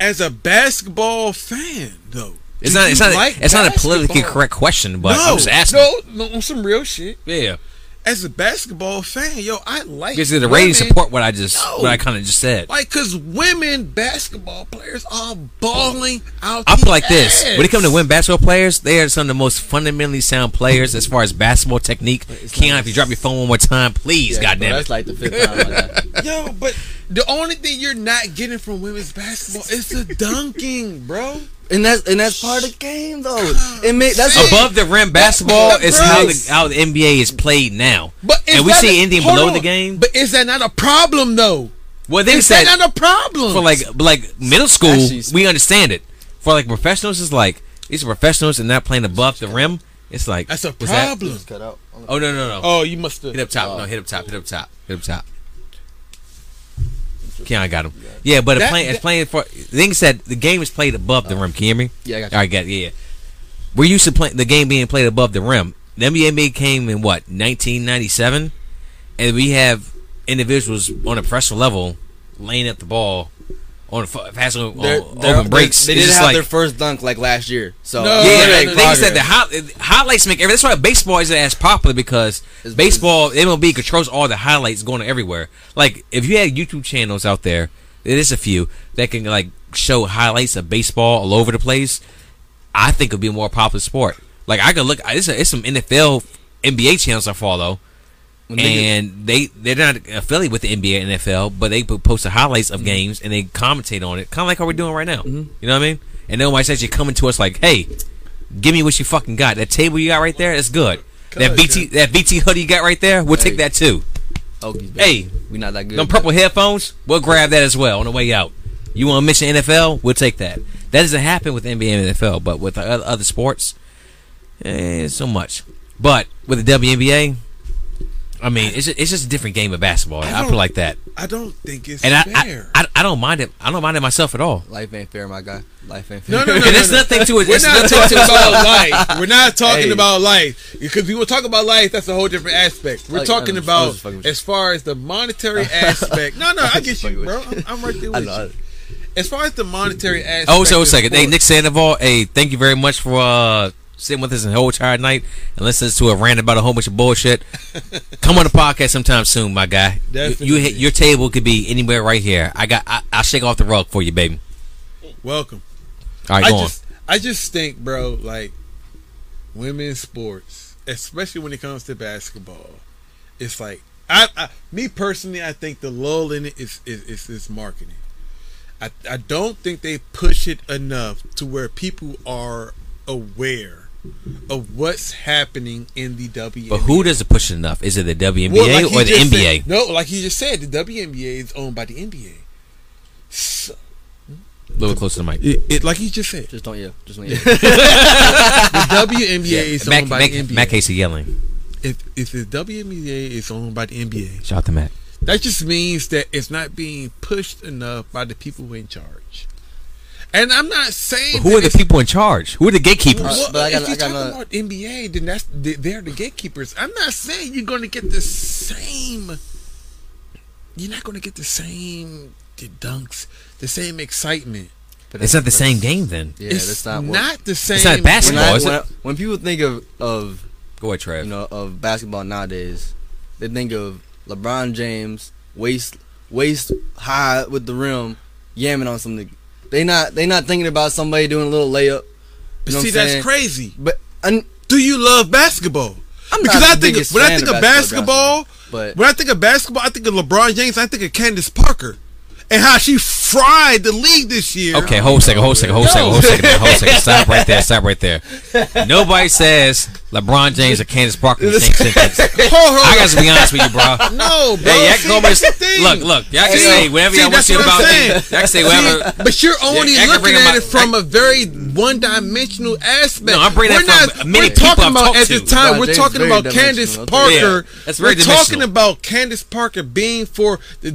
Speaker 4: as a basketball fan though,
Speaker 2: It's
Speaker 4: do
Speaker 2: not.
Speaker 4: you
Speaker 2: It's not.
Speaker 4: like
Speaker 2: it's not a politically
Speaker 4: basketball?
Speaker 2: correct question, but
Speaker 4: no,
Speaker 2: I'm just asking.
Speaker 4: No, no, on some real shit.
Speaker 2: Yeah,
Speaker 4: As a basketball fan, yo, I like
Speaker 2: because the ratings
Speaker 4: women.
Speaker 2: support what I just
Speaker 4: No.
Speaker 2: what I kind of just said.
Speaker 4: Like, cause women basketball players are balling out.
Speaker 2: I
Speaker 4: the
Speaker 2: feel like this.
Speaker 4: ass.
Speaker 2: When it comes to women basketball players, they are some of the most fundamentally sound players as far as basketball technique. Keon, if you drop your phone one more time, please,
Speaker 6: Yeah, bro,
Speaker 2: goddamn
Speaker 6: That's
Speaker 2: it.
Speaker 6: like the fifth time. Like that.
Speaker 4: yo, but the only thing you're not getting from women's basketball is the dunking, bro.
Speaker 6: And that's and that's part of the game though. It may that's
Speaker 4: Above-
Speaker 2: Above the rim basketball
Speaker 4: But-
Speaker 2: is
Speaker 4: but
Speaker 2: how
Speaker 4: bro-
Speaker 2: the, how the NBA is played now.
Speaker 4: But is
Speaker 2: and we
Speaker 4: that
Speaker 2: see
Speaker 4: a-
Speaker 2: anything
Speaker 4: hold
Speaker 2: below
Speaker 4: on.
Speaker 2: the game.
Speaker 4: But is that not a problem though?
Speaker 2: well, they
Speaker 4: Is
Speaker 2: said
Speaker 4: that not a problem?
Speaker 2: for like like middle school,
Speaker 6: Actually, it's-
Speaker 2: we understand it. For like professionals, it's like these are professionals and not playing above the rim. It's like
Speaker 4: that's a
Speaker 2: was that-
Speaker 4: problem.
Speaker 6: cut out.
Speaker 2: Oh no no no!
Speaker 4: Oh, you must have.
Speaker 2: Hit up top. No, hit up top. Hit up top. Hit up top. Keon got him. Yeah, but
Speaker 4: That-
Speaker 2: it playing, it's playing for. The thing is that the game is played above the rim. Can you hear me?
Speaker 6: Yeah, I got you.
Speaker 2: All right, got yeah. We're used to play, the game being played above the rim. The NBA came in what 1997, and we have individuals on a professional level laying up the ball on a fu- passing on
Speaker 6: They're-
Speaker 2: open
Speaker 6: they're-
Speaker 2: breaks.
Speaker 6: They
Speaker 2: It's
Speaker 6: did
Speaker 2: just
Speaker 6: have
Speaker 2: like-
Speaker 6: their first dunk like last year. So
Speaker 4: No,
Speaker 2: yeah,
Speaker 4: no,
Speaker 2: like,
Speaker 4: no,
Speaker 2: they said the hot, highlights make every. That's why baseball isn't as popular because
Speaker 6: It's-
Speaker 2: baseball MLB controls all the highlights going everywhere. Like if you had YouTube channels out there, it is a few that can like show highlights of baseball all over the place. I think it'd be a more popular sport. Like I could look, it's, it's some NFL, NBA channels I follow,
Speaker 6: When they get-
Speaker 2: and they they're not affiliated with the NBA and NFL, but they put post the highlights of games and they commentate on it, kind of like how we're doing right now. You know what I mean? And nobody's actually coming to us like, "Hey, give me what you fucking got. That table you got right there, that's good. That BT that BT hoodie you got right there, we'll take
Speaker 6: Hey.
Speaker 2: that too.
Speaker 6: Okies, baby.
Speaker 2: Hey,
Speaker 6: Oh, we not that good.
Speaker 2: them purple headphones, we'll grab that as well on the way out. You want to mention NFL? We'll take that. That doesn't happen with NBA and NFL, but with the oth- other sports, eh, so much. But with the WNBA, I mean, it's just, it's just a different game of basketball. I,
Speaker 4: don't-
Speaker 2: feel like that,
Speaker 4: I don't think it's
Speaker 2: and I, I,
Speaker 4: fair.
Speaker 2: I I don't mind it. I don't mind it myself at all.
Speaker 6: Life ain't fair, my guy. Life ain't fair.
Speaker 4: no, no, no, no,
Speaker 2: And it's
Speaker 4: no.
Speaker 2: nothing to it.
Speaker 4: We're
Speaker 2: It's
Speaker 4: not
Speaker 2: nothing
Speaker 4: talking
Speaker 2: to it.
Speaker 4: about life. We're not talking
Speaker 6: Hey.
Speaker 4: about life because we will talk about life. That's a whole different aspect. We're
Speaker 6: Like, I
Speaker 4: talking
Speaker 6: was- I was
Speaker 4: about
Speaker 6: just fucking with you.
Speaker 4: as far as the monetary aspect. No, no, I get
Speaker 6: just
Speaker 4: you,
Speaker 6: fucking
Speaker 4: bro.
Speaker 6: with you.
Speaker 4: I'm, I'm right there
Speaker 6: I
Speaker 4: with
Speaker 6: know.
Speaker 4: you. As far as the monetary aspect.
Speaker 2: Oh, so a
Speaker 4: of
Speaker 2: second. Hey,
Speaker 4: sport-
Speaker 2: Nick Sandoval. Hey, thank you very much for uh, sitting with us the whole entire night and listening to a rant about a whole bunch of bullshit. Come on the podcast sometime soon, my guy. You- You, hit
Speaker 4: Definitely.
Speaker 2: your table could be anywhere right here. I got. I, I'll shake off the rug for you, baby.
Speaker 4: welcome.
Speaker 2: All right,
Speaker 4: I
Speaker 2: go
Speaker 4: just, I just think, bro, like women's sports, especially when it comes to basketball, it's like I, I me personally, I think the lull in it is is, is, is marketing. I, I don't think they push it enough to where people are aware of what's happening in the WNBA.
Speaker 2: on. But who does it push enough? Is it the WNBA
Speaker 4: Well, like he
Speaker 2: or the
Speaker 4: just said-
Speaker 2: NBA?
Speaker 4: no, like you just said, the WNBA is owned by the NBA. So,
Speaker 2: A little bit closer to the mic.
Speaker 4: it, it like you just said,
Speaker 6: Just don't yell. Just don't yell.
Speaker 4: the WNBA
Speaker 2: Yeah,
Speaker 4: is
Speaker 2: Mac,
Speaker 4: owned by
Speaker 2: Mac,
Speaker 4: the NBA.
Speaker 2: Mac Casey yelling.
Speaker 4: if if the WNBA is owned by the NBA,
Speaker 2: Shout out to Mac.
Speaker 4: that just means that it's not being pushed enough by the people in charge. And I'm not saying
Speaker 2: But who
Speaker 4: that
Speaker 2: are the
Speaker 4: it's-
Speaker 2: people in charge? Who are the gatekeepers?
Speaker 4: Well,
Speaker 6: But I got-
Speaker 4: if you're
Speaker 6: I got
Speaker 4: talking
Speaker 6: another-
Speaker 4: about NBA, then that's they- they're the gatekeepers. I'm not saying you're going to get the same. You're not going to get the same the dunks, the same excitement.
Speaker 6: But
Speaker 2: It's not the
Speaker 6: that's-
Speaker 2: same game then.
Speaker 6: Yeah,
Speaker 4: it's
Speaker 6: that's
Speaker 4: not,
Speaker 6: not. what-
Speaker 4: the same.
Speaker 2: not
Speaker 6: When,
Speaker 2: basketball.
Speaker 6: I,
Speaker 2: is
Speaker 6: when,
Speaker 2: it?
Speaker 6: I- when people think of of
Speaker 2: Go ahead, Trev.
Speaker 6: you know of basketball nowadays, they think of LeBron James waist waist high with the rim, yamming on something. They not they not thinking about somebody doing a little layup. You know
Speaker 4: See,
Speaker 6: what I'm saying?
Speaker 4: that's crazy.
Speaker 6: But and
Speaker 4: Do you love basketball?
Speaker 6: I'm
Speaker 4: because
Speaker 6: not
Speaker 4: I
Speaker 6: the
Speaker 4: think
Speaker 6: biggest
Speaker 4: when I
Speaker 6: fan
Speaker 4: think
Speaker 6: of
Speaker 4: of
Speaker 6: basketball,
Speaker 4: basketball,
Speaker 6: but
Speaker 4: when I think of basketball, I think of LeBron James. I think of Candace Parker and how she fried the league this year.
Speaker 2: Okay, hold a second, hold a second, hold a second, hold a second, hold a second. Stop right there, stop right there. Nobody says LeBron James or Candace Parker in the same sentence.
Speaker 4: Hold,
Speaker 2: I
Speaker 4: hold
Speaker 2: gotta be honest with you, bro.
Speaker 4: No, bro.
Speaker 2: Hey, y'all
Speaker 4: see,
Speaker 2: can go
Speaker 4: that's the
Speaker 2: back-
Speaker 4: thing.
Speaker 2: Look, look, y'all can
Speaker 4: See,
Speaker 2: say whatever
Speaker 4: see,
Speaker 2: y'all want
Speaker 4: that's
Speaker 2: to
Speaker 4: what I'm
Speaker 2: about me.
Speaker 4: saying.
Speaker 2: Y'all can say
Speaker 4: See,
Speaker 2: whatever.
Speaker 4: but you're only
Speaker 2: Yeah, I can
Speaker 4: looking
Speaker 2: bring
Speaker 4: at
Speaker 2: them
Speaker 4: it
Speaker 2: out-
Speaker 4: from a very one-dimensional aspect.
Speaker 2: No, I'm bringing
Speaker 4: we're
Speaker 2: that from many
Speaker 4: we're
Speaker 2: people
Speaker 4: talking
Speaker 2: I've
Speaker 4: about
Speaker 2: talked
Speaker 4: at
Speaker 2: to.
Speaker 4: the time.
Speaker 6: Wow,
Speaker 4: we're
Speaker 6: James
Speaker 4: talking
Speaker 6: very
Speaker 4: about Candace
Speaker 6: dimensional.
Speaker 4: Parker.
Speaker 2: Yeah, that's very
Speaker 4: we're talking
Speaker 2: dimensional.
Speaker 4: about Candace Parker being for the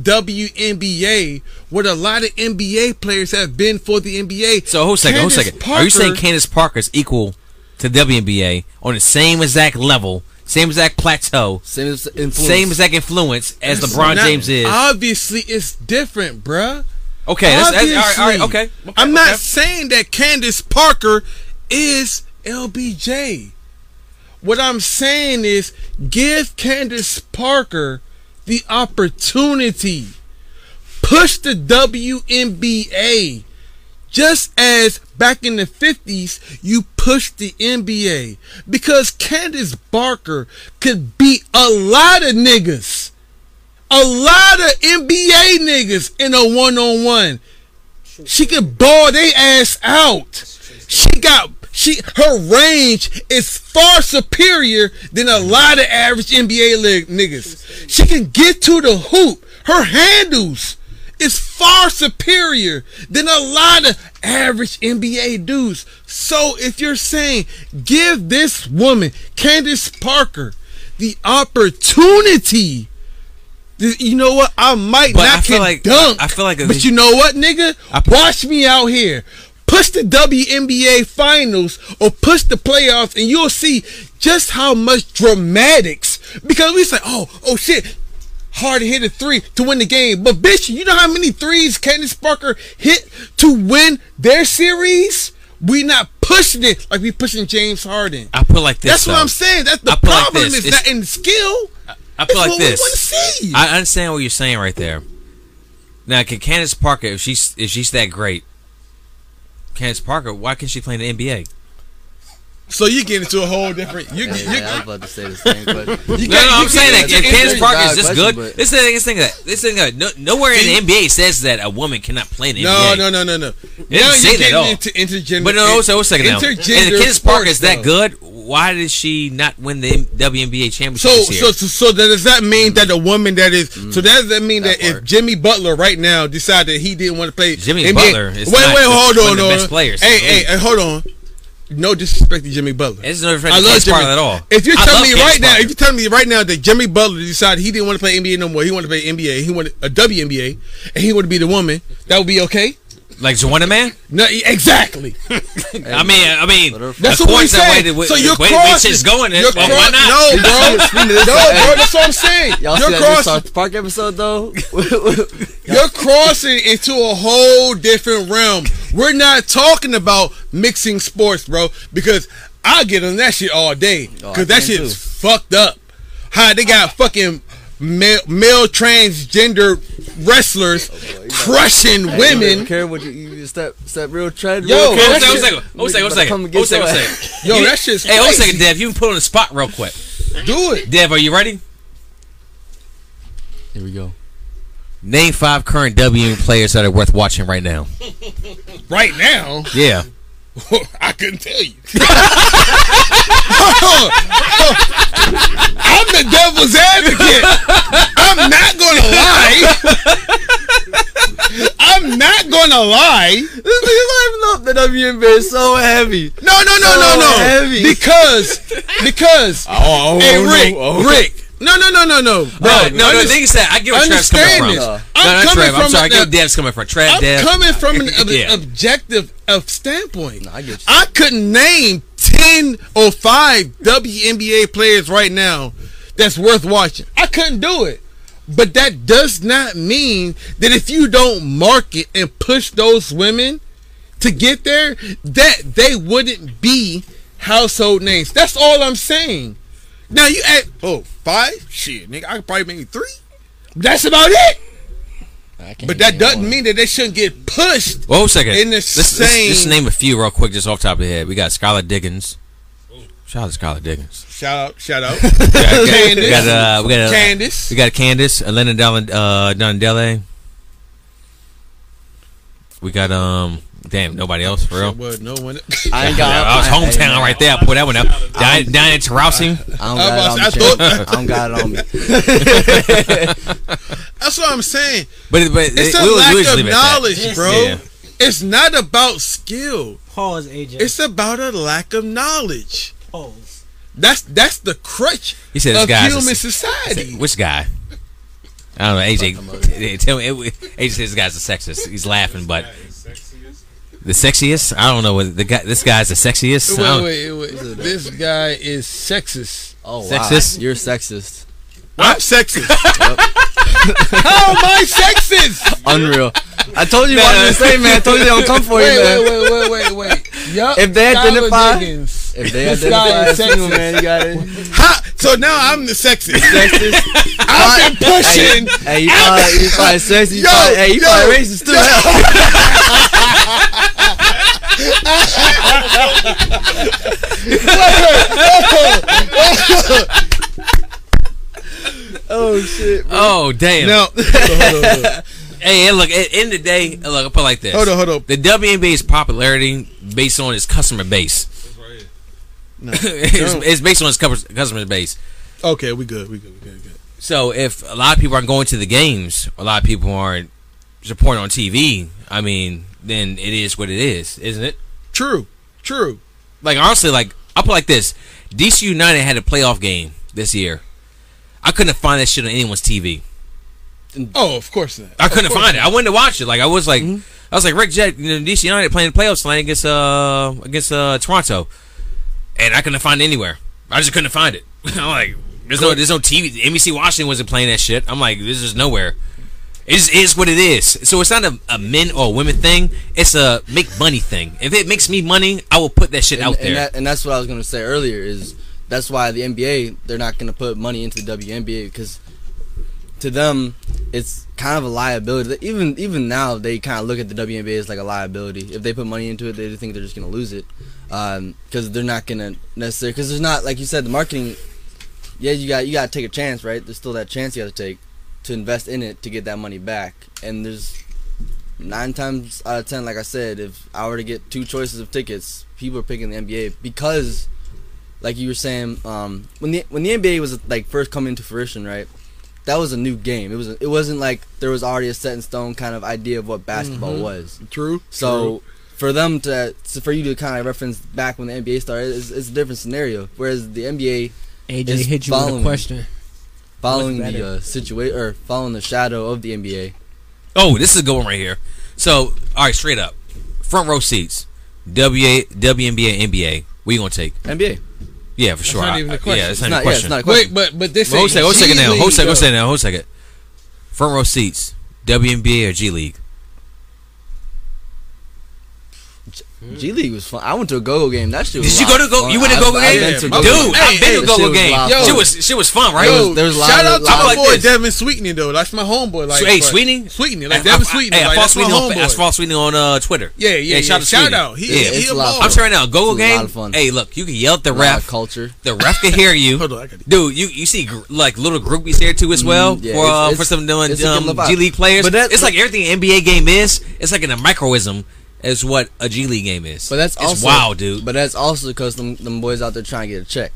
Speaker 4: WNBA, what a lot of NBA players have been for the NBA.
Speaker 2: So hold a second, hold a
Speaker 4: Candace
Speaker 2: second. Are you saying
Speaker 4: Parker-
Speaker 2: Candace Parker is equal to WNBA on the same exact level, same exact plateau,
Speaker 6: Same as influence.
Speaker 2: same exact influence as LeBron
Speaker 4: Not-
Speaker 2: James is?
Speaker 4: Obviously, it's different, bruh.
Speaker 2: Okay, that's, that's all right, all right,
Speaker 4: Obviously.
Speaker 2: okay. okay,
Speaker 4: I'm not
Speaker 2: okay.
Speaker 4: saying that Candace Parker is LBJ. What I'm saying is give Candace Parker the opportunity. Push the WNBA. Just as back in the 50s, you pushed the NBA. Because Candace Parker could beat a lot of niggas. A lot of NBA niggas in a one on one. She could ball they ass out. She got she her range is far superior than a lot of average NBA lig- niggas. She can get to the hoop. Her handles is far superior than a lot of average NBA dudes. So if you're saying give this woman Candace Parker the opportunity th- you know what? I might
Speaker 2: But
Speaker 4: not
Speaker 2: I feel
Speaker 4: can
Speaker 2: like-
Speaker 4: dunk.
Speaker 2: I feel like
Speaker 4: but you
Speaker 2: if-
Speaker 4: you know what, nigga?
Speaker 2: I-
Speaker 4: Watch me out here. Push the WNBA finals or push the playoffs, and you'll see just how much dramatics. Because we say, oh, oh shit, hard to hit a three to win the game. But bitch, you know how many threes Candace Parker hit to win their series? We not pushing it like we pushing James Harden.
Speaker 2: I put it like this.
Speaker 4: That's what
Speaker 2: though.
Speaker 4: I'm saying. That's the
Speaker 2: I put it like
Speaker 4: problem
Speaker 2: this.
Speaker 4: is
Speaker 2: It's-
Speaker 4: not in skill.
Speaker 2: I feel
Speaker 4: It's
Speaker 2: like
Speaker 4: what we
Speaker 2: this.
Speaker 4: wanna see.
Speaker 2: I understand what you're saying right there. Now, can Candace Parker, if she's if she's that great, Candace Parker, why can't she play in the NBA?
Speaker 4: So you get into a whole different. You,
Speaker 6: Yeah,
Speaker 4: you,
Speaker 6: yeah, I was about to say the same, but
Speaker 4: you
Speaker 2: No,
Speaker 4: got-
Speaker 2: no,
Speaker 4: you
Speaker 2: I'm saying
Speaker 4: get
Speaker 2: that if
Speaker 4: into-
Speaker 2: Candace
Speaker 6: a
Speaker 2: Parker is
Speaker 6: valid
Speaker 2: this
Speaker 6: question,
Speaker 2: good,
Speaker 6: but-
Speaker 2: this thing, this thing, that this thing, that no, nowhere in the NBA says that a woman cannot play in the
Speaker 4: No,
Speaker 2: NBA.
Speaker 4: no, no, no, no.
Speaker 2: didn't
Speaker 4: Now
Speaker 2: say that
Speaker 4: you're
Speaker 2: at
Speaker 4: getting
Speaker 2: all.
Speaker 4: into intergender.
Speaker 2: But no, no, so wait a second now. And if
Speaker 4: intergender
Speaker 2: Candace Parker is
Speaker 4: sports,
Speaker 2: that
Speaker 4: though.
Speaker 2: good, why did she not win the WNBA championship
Speaker 4: So,
Speaker 2: this year? Mm.
Speaker 4: so, so, so that does that mean that a woman that is so that does that mean that,
Speaker 6: That
Speaker 4: if
Speaker 6: part.
Speaker 4: Jimmy Butler right now decided that he didn't want to play
Speaker 2: Jimmy
Speaker 4: NBA
Speaker 2: Butler is
Speaker 4: wait,
Speaker 2: not
Speaker 4: wait,
Speaker 2: the-
Speaker 4: hold
Speaker 2: one
Speaker 4: on,
Speaker 2: of the
Speaker 4: hold
Speaker 2: best
Speaker 4: on.
Speaker 2: players in
Speaker 4: Hey,
Speaker 2: the
Speaker 4: hey,
Speaker 2: league.
Speaker 4: hey, hold on. No disrespect to Jimmy Butler.
Speaker 2: it's no offense
Speaker 4: I
Speaker 2: to
Speaker 4: love
Speaker 2: Candace
Speaker 4: Jimmy
Speaker 2: Parker at all.
Speaker 4: If you're
Speaker 2: I love
Speaker 4: telling me
Speaker 2: Candace
Speaker 4: right now,
Speaker 2: Parker.
Speaker 4: if you're telling me right now that Jimmy Butler decided he didn't want to play NBA no more, he wanted to play NBA, he wanted a WNBA, and he wanted to be the woman, that would be okay.
Speaker 2: like Joanna Man,
Speaker 4: No, exactly.
Speaker 2: I mean, I mean,
Speaker 4: That's
Speaker 2: of
Speaker 4: what we
Speaker 2: course that way
Speaker 4: saying.
Speaker 2: the way-
Speaker 4: so you're
Speaker 2: the way the
Speaker 4: crossing.
Speaker 2: shit's going.
Speaker 4: You're
Speaker 2: well, why
Speaker 4: cross-
Speaker 2: not?
Speaker 4: No, bro. no, bro. That's what I'm saying.
Speaker 6: Y'all see
Speaker 4: you're
Speaker 6: that new
Speaker 4: crossing.
Speaker 6: South Park episode though?
Speaker 4: You're crossing into a whole different realm. We're not talking about mixing sports, bro. Because I get on that shit all day.
Speaker 6: Oh, I
Speaker 4: Because that
Speaker 6: can
Speaker 4: shit
Speaker 6: too.
Speaker 4: is fucked up. How they got fucking male, male transgender wrestlers
Speaker 2: Oh,
Speaker 4: crushing women.
Speaker 6: Karen, would you, you step step real tread?
Speaker 4: Yo,
Speaker 6: real
Speaker 2: Hold on
Speaker 6: quick?
Speaker 2: a second,
Speaker 4: shit-
Speaker 2: hold on a second, hold on a
Speaker 6: Come
Speaker 2: second,
Speaker 6: and
Speaker 2: hold on a second, hold on
Speaker 6: get
Speaker 2: a
Speaker 6: your
Speaker 2: second.
Speaker 4: Yo,
Speaker 2: You-
Speaker 4: that shit's
Speaker 2: Hey, hold on a
Speaker 4: crazy.
Speaker 2: second, Dev. You can put on the spot real quick.
Speaker 4: Do it.
Speaker 2: Dev, are you ready?
Speaker 6: Here we go.
Speaker 2: Name five current WNBA players that are worth watching right now.
Speaker 4: Right now.
Speaker 2: Yeah.
Speaker 4: I couldn't tell you. I'm the devil's advocate. I'm not gonna lie. I'm not gonna lie.
Speaker 6: This nigga's hyping up the WNBA so heavy.
Speaker 4: No, no, no, no,
Speaker 6: So
Speaker 4: no.
Speaker 6: heavy.
Speaker 4: Because, because.
Speaker 3: Oh,
Speaker 4: hey, Rick, Rick. No, no, no, no, no,
Speaker 2: No,
Speaker 4: bro.
Speaker 2: no, no. Thing is that I get where Trav's coming
Speaker 4: understand
Speaker 2: from.
Speaker 4: this.
Speaker 2: No,
Speaker 4: I'm
Speaker 2: not
Speaker 4: coming
Speaker 2: Trav. I'm
Speaker 4: from
Speaker 2: sorry. I
Speaker 4: a-
Speaker 2: get where Dev's coming from. Trav,
Speaker 4: I'm
Speaker 2: Dev.
Speaker 4: coming from an ob-
Speaker 2: Yeah.
Speaker 4: objective of standpoint.
Speaker 6: I get you.
Speaker 4: I couldn't name ten or five WNBA players right now that's worth watching. I couldn't do it. But that does not mean that if you don't market and push those women to get there, that they wouldn't be household names. That's all I'm saying. Now you at oh five shit, nigga. I could probably make three. That's about it.
Speaker 6: I can't
Speaker 4: But that
Speaker 6: name
Speaker 4: doesn't
Speaker 6: one.
Speaker 4: mean that they shouldn't get pushed.
Speaker 2: Well, hold on a second.
Speaker 4: In the
Speaker 2: let's, let's- let's
Speaker 4: same-
Speaker 2: just name a few real quick, just off the top of the head. We got Skylar Diggins. Shout out to Skylar Diggins.
Speaker 4: Shout out, shout out. Candace.
Speaker 2: We got uh, we got uh,
Speaker 4: Candace.
Speaker 2: we got Candace, Elena Dallin, uh, Dondele. We got um. Damn, nobody else for real.
Speaker 4: Well, no one.
Speaker 6: I
Speaker 2: Yeah,
Speaker 6: ain't got.
Speaker 2: I was
Speaker 6: I-
Speaker 2: hometown
Speaker 6: hey,
Speaker 2: right there. I pulled that one out. Down, down in Tarousing.
Speaker 6: I don't
Speaker 4: I
Speaker 6: got
Speaker 4: was-
Speaker 6: it on me. champ. I don't got it on me.
Speaker 4: That's what I'm saying.
Speaker 2: But but
Speaker 4: It's
Speaker 2: we
Speaker 4: a
Speaker 2: was- we was
Speaker 4: lack of
Speaker 2: leaving it at that.
Speaker 4: knowledge, bro.
Speaker 2: Yeah.
Speaker 4: It's not about skill.
Speaker 7: Pause, AJ.
Speaker 4: It's about a lack of knowledge.
Speaker 7: Pause.
Speaker 4: That's that's the crutch
Speaker 2: He said this
Speaker 4: of
Speaker 2: guy's a
Speaker 4: human
Speaker 2: s-
Speaker 4: society.
Speaker 2: Which guy? I don't know. AJ, tell me. AJ says this guy's a sexist. He's laughing, but the sexiest? I don't know. what The guy. This guy's the sexiest. I
Speaker 4: Wait,
Speaker 2: don't-
Speaker 4: wait, wait. This guy is sexist.
Speaker 6: Oh, wow.
Speaker 2: Sexist?
Speaker 6: You're sexist.
Speaker 4: I'm sexist. How am I sexist?
Speaker 6: Unreal. I told you what I was saying, man. I told you they don't come for you,
Speaker 4: Wait,
Speaker 6: man.
Speaker 4: wait, wait, wait, wait, wait. Yup.
Speaker 6: If they
Speaker 4: Tyler
Speaker 6: identify-
Speaker 4: Diggins.
Speaker 6: If they
Speaker 4: This
Speaker 6: identify
Speaker 4: guy is
Speaker 6: as single,
Speaker 4: sexist.
Speaker 6: man, you got it.
Speaker 4: Ha! So now I'm the sexist.
Speaker 6: Sexist.
Speaker 4: I've been pushing.
Speaker 6: Hey, you probably, you probably sexist. You
Speaker 4: Yo,
Speaker 6: probably, hey, you
Speaker 4: yo,
Speaker 6: probably racist too. hell. oh shit!
Speaker 2: Oh damn!
Speaker 4: No, hold on, hold on.
Speaker 2: Hey, and look. At end of the day, look. I put it like this.
Speaker 4: Hold on, hold on.
Speaker 2: The WNBA's popularity based on its customer base. it's, it's based on its covers- customer base.
Speaker 4: Okay, we good. We good. We good. We good.
Speaker 2: So if a lot of people aren't going to the games, a lot of people aren't supporting on TV. I mean, then it is what it is, isn't it?
Speaker 4: True. True.
Speaker 2: Like honestly, like I put it like this: DC United had a playoff game this year. I couldn't find that shit on anyone's TV.
Speaker 4: Oh, of course not.
Speaker 2: I couldn't find it. I went to watch it. Like I was like,
Speaker 6: Mm-hmm.
Speaker 2: I was like Rick Jack, you know, DC United playing the playoffs tonight against uh against uh Toronto, and I couldn't find it anywhere. I just couldn't find it. I'm like, there's no there's no TV. NBC Washington wasn't playing that shit. I'm like, this is nowhere. It just is what it is. So it's not a, a men or women thing. It's a make money thing. If it makes me money, I will put that shit
Speaker 6: And,
Speaker 2: out
Speaker 6: and,
Speaker 2: there.
Speaker 6: that, and that's what I was gonna say earlier is that's why the NBA they're not gonna put money into the WNBA because to them it's kind of a liability. Even even now they kind of look at the WNBA as like a liability. If they put money into it, they think they're just gonna lose it because they're not gonna necessarily because there's not like you said the marketing. Yeah, you got you got to take a chance, right? There's still that chance you got to take to invest in it to get that money back, and there's nine times out of ten, like I said, if I were to get two choices of tickets, people are picking the NBA because, like you were saying, um, when the when the NBA was like first coming into fruition, right? That was a new game. It was it wasn't like there was already a set in stone kind of idea of what basketball was.
Speaker 4: True.
Speaker 6: So for them to so for you to kind of reference back when the NBA started, it's, it's a different scenario. Whereas the NBA
Speaker 7: AJ
Speaker 6: It's
Speaker 7: hit you with a
Speaker 6: following.
Speaker 7: question.
Speaker 6: following
Speaker 7: better.
Speaker 6: the uh, situation or following the shadow of the NBA.
Speaker 2: Oh, this is a good one right here. So, all right, straight up, front row seats, WA, WNBA, NBA. What you gonna take?
Speaker 6: NBA.
Speaker 2: Yeah, for sure.
Speaker 4: not
Speaker 2: I-
Speaker 4: even a
Speaker 2: I-
Speaker 4: question.
Speaker 2: Yeah, that's
Speaker 6: It's
Speaker 2: not,
Speaker 6: not,
Speaker 2: even a
Speaker 6: yeah, it's
Speaker 2: question.
Speaker 6: not uh, a question.
Speaker 4: Wait, but but this
Speaker 2: Hold
Speaker 4: ain't
Speaker 2: second, hold second
Speaker 4: G
Speaker 2: now.
Speaker 4: League,
Speaker 2: Hold second,
Speaker 4: though.
Speaker 2: hold second now. Hold second. Front row seats, WNBA or G League.
Speaker 6: G League was fun. I went to a go-go game. That shit was
Speaker 2: Did you
Speaker 6: wild.
Speaker 2: go to go?
Speaker 6: Fun.
Speaker 2: You went to
Speaker 6: I've-
Speaker 2: go go
Speaker 6: I've
Speaker 2: game,
Speaker 6: been to
Speaker 2: dude.
Speaker 6: go-go games.
Speaker 2: I've been
Speaker 4: Hey,
Speaker 2: to
Speaker 6: hey,
Speaker 2: go
Speaker 6: this
Speaker 2: go
Speaker 6: was
Speaker 2: game.
Speaker 6: wild.
Speaker 2: She
Speaker 6: Yo.
Speaker 2: was she was fun, right?
Speaker 4: Yo,
Speaker 6: There was a lot
Speaker 4: shout
Speaker 6: of-
Speaker 4: out to
Speaker 6: lot
Speaker 4: my
Speaker 2: of
Speaker 4: boy
Speaker 2: this.
Speaker 4: Devin Sweetney though. That's my homeboy. Like
Speaker 2: So, hey,
Speaker 4: but-
Speaker 2: Sweeney,
Speaker 4: Sweetney, like
Speaker 2: I-
Speaker 4: Devin
Speaker 2: I-
Speaker 4: Sweetney.
Speaker 2: Hey, I
Speaker 4: like,
Speaker 2: follow
Speaker 4: that's my
Speaker 2: Sweeney on I
Speaker 4: homeboy.
Speaker 2: follow Sweetney on uh, Twitter.
Speaker 4: Yeah, yeah, yeah.
Speaker 2: Shout out, to
Speaker 4: Shout
Speaker 2: Sweeney.
Speaker 4: out. He-
Speaker 2: yeah.
Speaker 4: he-
Speaker 6: it's a lot of
Speaker 4: baller.
Speaker 2: I'm
Speaker 6: fun.
Speaker 2: sorry now. Go go
Speaker 6: It's a lot
Speaker 2: game.
Speaker 6: of fun.
Speaker 2: Hey, look, you can yell at the
Speaker 6: A lot of
Speaker 2: ref.
Speaker 6: culture.
Speaker 2: The ref can hear you.
Speaker 4: Hold on, I got it.
Speaker 2: Dude, you you see gr- like little groupies there too as well
Speaker 6: Mm, yeah,
Speaker 2: for uh,
Speaker 6: it's-
Speaker 2: for
Speaker 6: it's-
Speaker 2: some doing
Speaker 6: it's a
Speaker 2: um,
Speaker 6: good vibe.
Speaker 2: G League players.
Speaker 6: But that-
Speaker 2: it's like everything an NBA game is. It's like in a microism as what a G League game is.
Speaker 6: But that's
Speaker 2: it's
Speaker 6: also
Speaker 2: wild, dude.
Speaker 6: But that's also because them, them boys out there trying to get a check.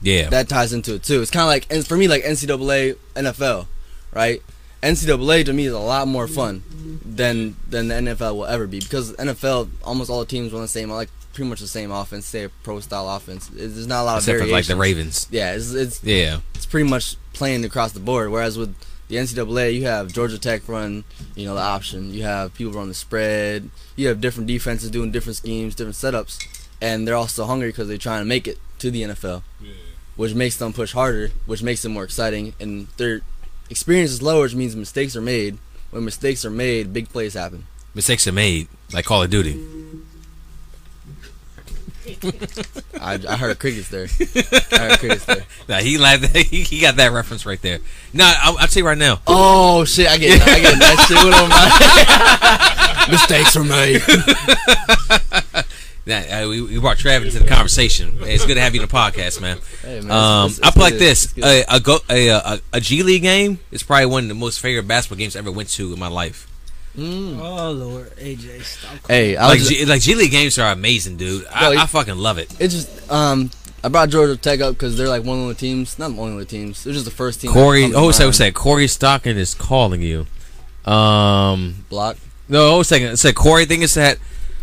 Speaker 2: yeah,
Speaker 6: That ties into it too. It's kind of like and for me like NCAA, NFL, right? NCAA to me is a lot more fun than than the NFL will ever be because NFL almost all the teams run the same like pretty much the same offense, say a pro style offense. It's, there's not a lot of
Speaker 2: except for like the
Speaker 6: variations.
Speaker 2: Ravens.
Speaker 6: Yeah, it's, it's
Speaker 2: Yeah,
Speaker 6: it's pretty much playing across the board. Whereas with the NCAA, you have Georgia Tech run, you know, the option. You have people run the spread. You have different defenses doing different schemes, different setups, and they're also hungry because they're trying to make it to the NFL, which makes them push harder, which makes it more exciting, and their experience is lower, which means mistakes are made. When mistakes are made, big plays happen.
Speaker 2: mistakes are made like Call of Duty.
Speaker 6: I, I heard crickets there. I heard crickets there.
Speaker 2: Nah, he laughed. He, he got that reference right there. Nah, I'll, I'll tell you right now.
Speaker 6: Oh shit! I get I get that shit. What am I? mistakes are made.
Speaker 2: That uh, we, we brought Trav into the conversation. Hey, It's good to have you on the podcast, man.
Speaker 6: Hey, man, it's-
Speaker 2: Um,
Speaker 6: it's-
Speaker 2: I
Speaker 6: it's
Speaker 2: put like
Speaker 6: good. It's
Speaker 2: this:
Speaker 6: good.
Speaker 2: a, a go a, a a G League game is probably one of the most favorite basketball games I ever went to in my life.
Speaker 7: Oh Lord, AJ, stop.
Speaker 6: Hey, I
Speaker 2: Like
Speaker 6: was
Speaker 2: G, like G League games are amazing, dude. I,
Speaker 6: Yo,
Speaker 2: I fucking love it.
Speaker 6: It's just um, I brought Georgia Tech up because they're like one of the teams, not one of the teams. They're just the first team. that
Speaker 2: Corey,
Speaker 6: comes to
Speaker 2: oh, say,
Speaker 6: mind.
Speaker 2: say, Corey Stockton is calling you. Um,
Speaker 6: block
Speaker 2: no, oh, second, say, Corey. Thing is that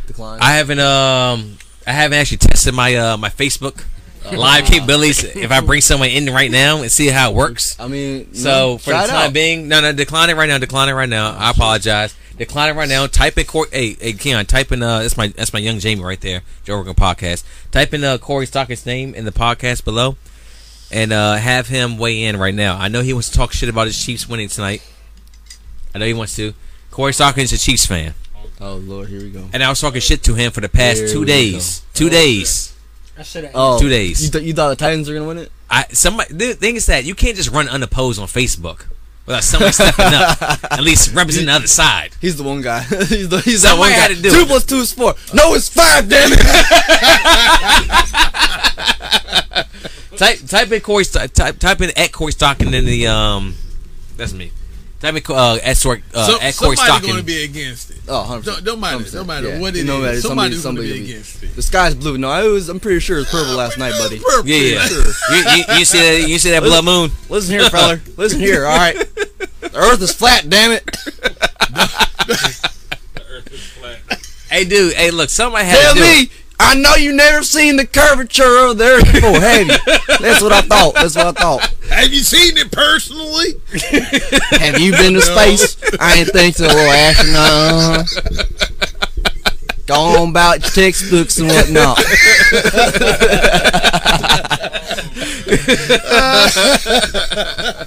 Speaker 6: decline.
Speaker 2: I haven't, um, I haven't actually tested my uh my Facebook live
Speaker 6: Ah.
Speaker 2: capabilities. If I bring someone in right now and see how it works.
Speaker 6: I mean,
Speaker 2: So
Speaker 6: no,
Speaker 2: for
Speaker 6: try
Speaker 2: the
Speaker 6: it
Speaker 2: time
Speaker 6: out.
Speaker 2: being, no, no, decline it right now. Decline it right now. I apologize. Decline it right now. Type in Corey. Hey, hey, Keon. Type in uh, that's my that's my young Jamie right there. Joe Rogan podcast. Type in uh, Corey Stockett's name in the podcast below, and uh, have him weigh in right now. I know he wants to talk shit about his Chiefs winning tonight. I know he wants to. Corey Stockett's a Chiefs fan,
Speaker 6: oh lord, here we go.
Speaker 2: and I was talking shit to him for the past
Speaker 6: Here
Speaker 2: two
Speaker 6: we
Speaker 2: days. Two days.
Speaker 7: I should have.
Speaker 6: Oh,
Speaker 2: Two days.
Speaker 6: You, th- you thought the Titans were gonna win it?
Speaker 2: I somebody the thing is that you can't just run unopposed on Facebook without someone stepping up, at least representing the other side.
Speaker 6: He's the one guy. he's the he's that
Speaker 2: Somebody
Speaker 6: one guy.
Speaker 2: had to do
Speaker 6: two
Speaker 2: it.
Speaker 6: plus two is four. No, it's five. Damn it.
Speaker 2: Type type in Corey Sto- type type in at Corey Stockton in the um that's me. Type in uh, at, Sor- uh,
Speaker 4: So,
Speaker 2: at Corey
Speaker 4: somebody's going to
Speaker 2: Stockton.
Speaker 4: be against it.
Speaker 6: Oh, 100%.
Speaker 4: Don't- don't mind it. Don't mind it. What it
Speaker 6: No
Speaker 4: is,
Speaker 6: matter,
Speaker 4: somebody's gonna be
Speaker 6: gonna
Speaker 4: against it.
Speaker 6: The sky's blue. No, I was. I'm pretty sure it was purple last night, buddy.
Speaker 4: Purple.
Speaker 2: yeah, yeah. you, you, you see that? You see that blood moon?
Speaker 6: Listen here, feller. Listen here. All right. The Earth is flat. Damn it.
Speaker 2: Hey, dude. Hey, look. Somebody had
Speaker 6: Tell
Speaker 2: to do it.
Speaker 6: me. I know you never seen the curvature of the Earth before, have you? That's what I thought. That's what I thought.
Speaker 4: Have you seen it personally?
Speaker 6: Have you been to space? I ain't think so, little astronaut. Go on about your textbooks and whatnot.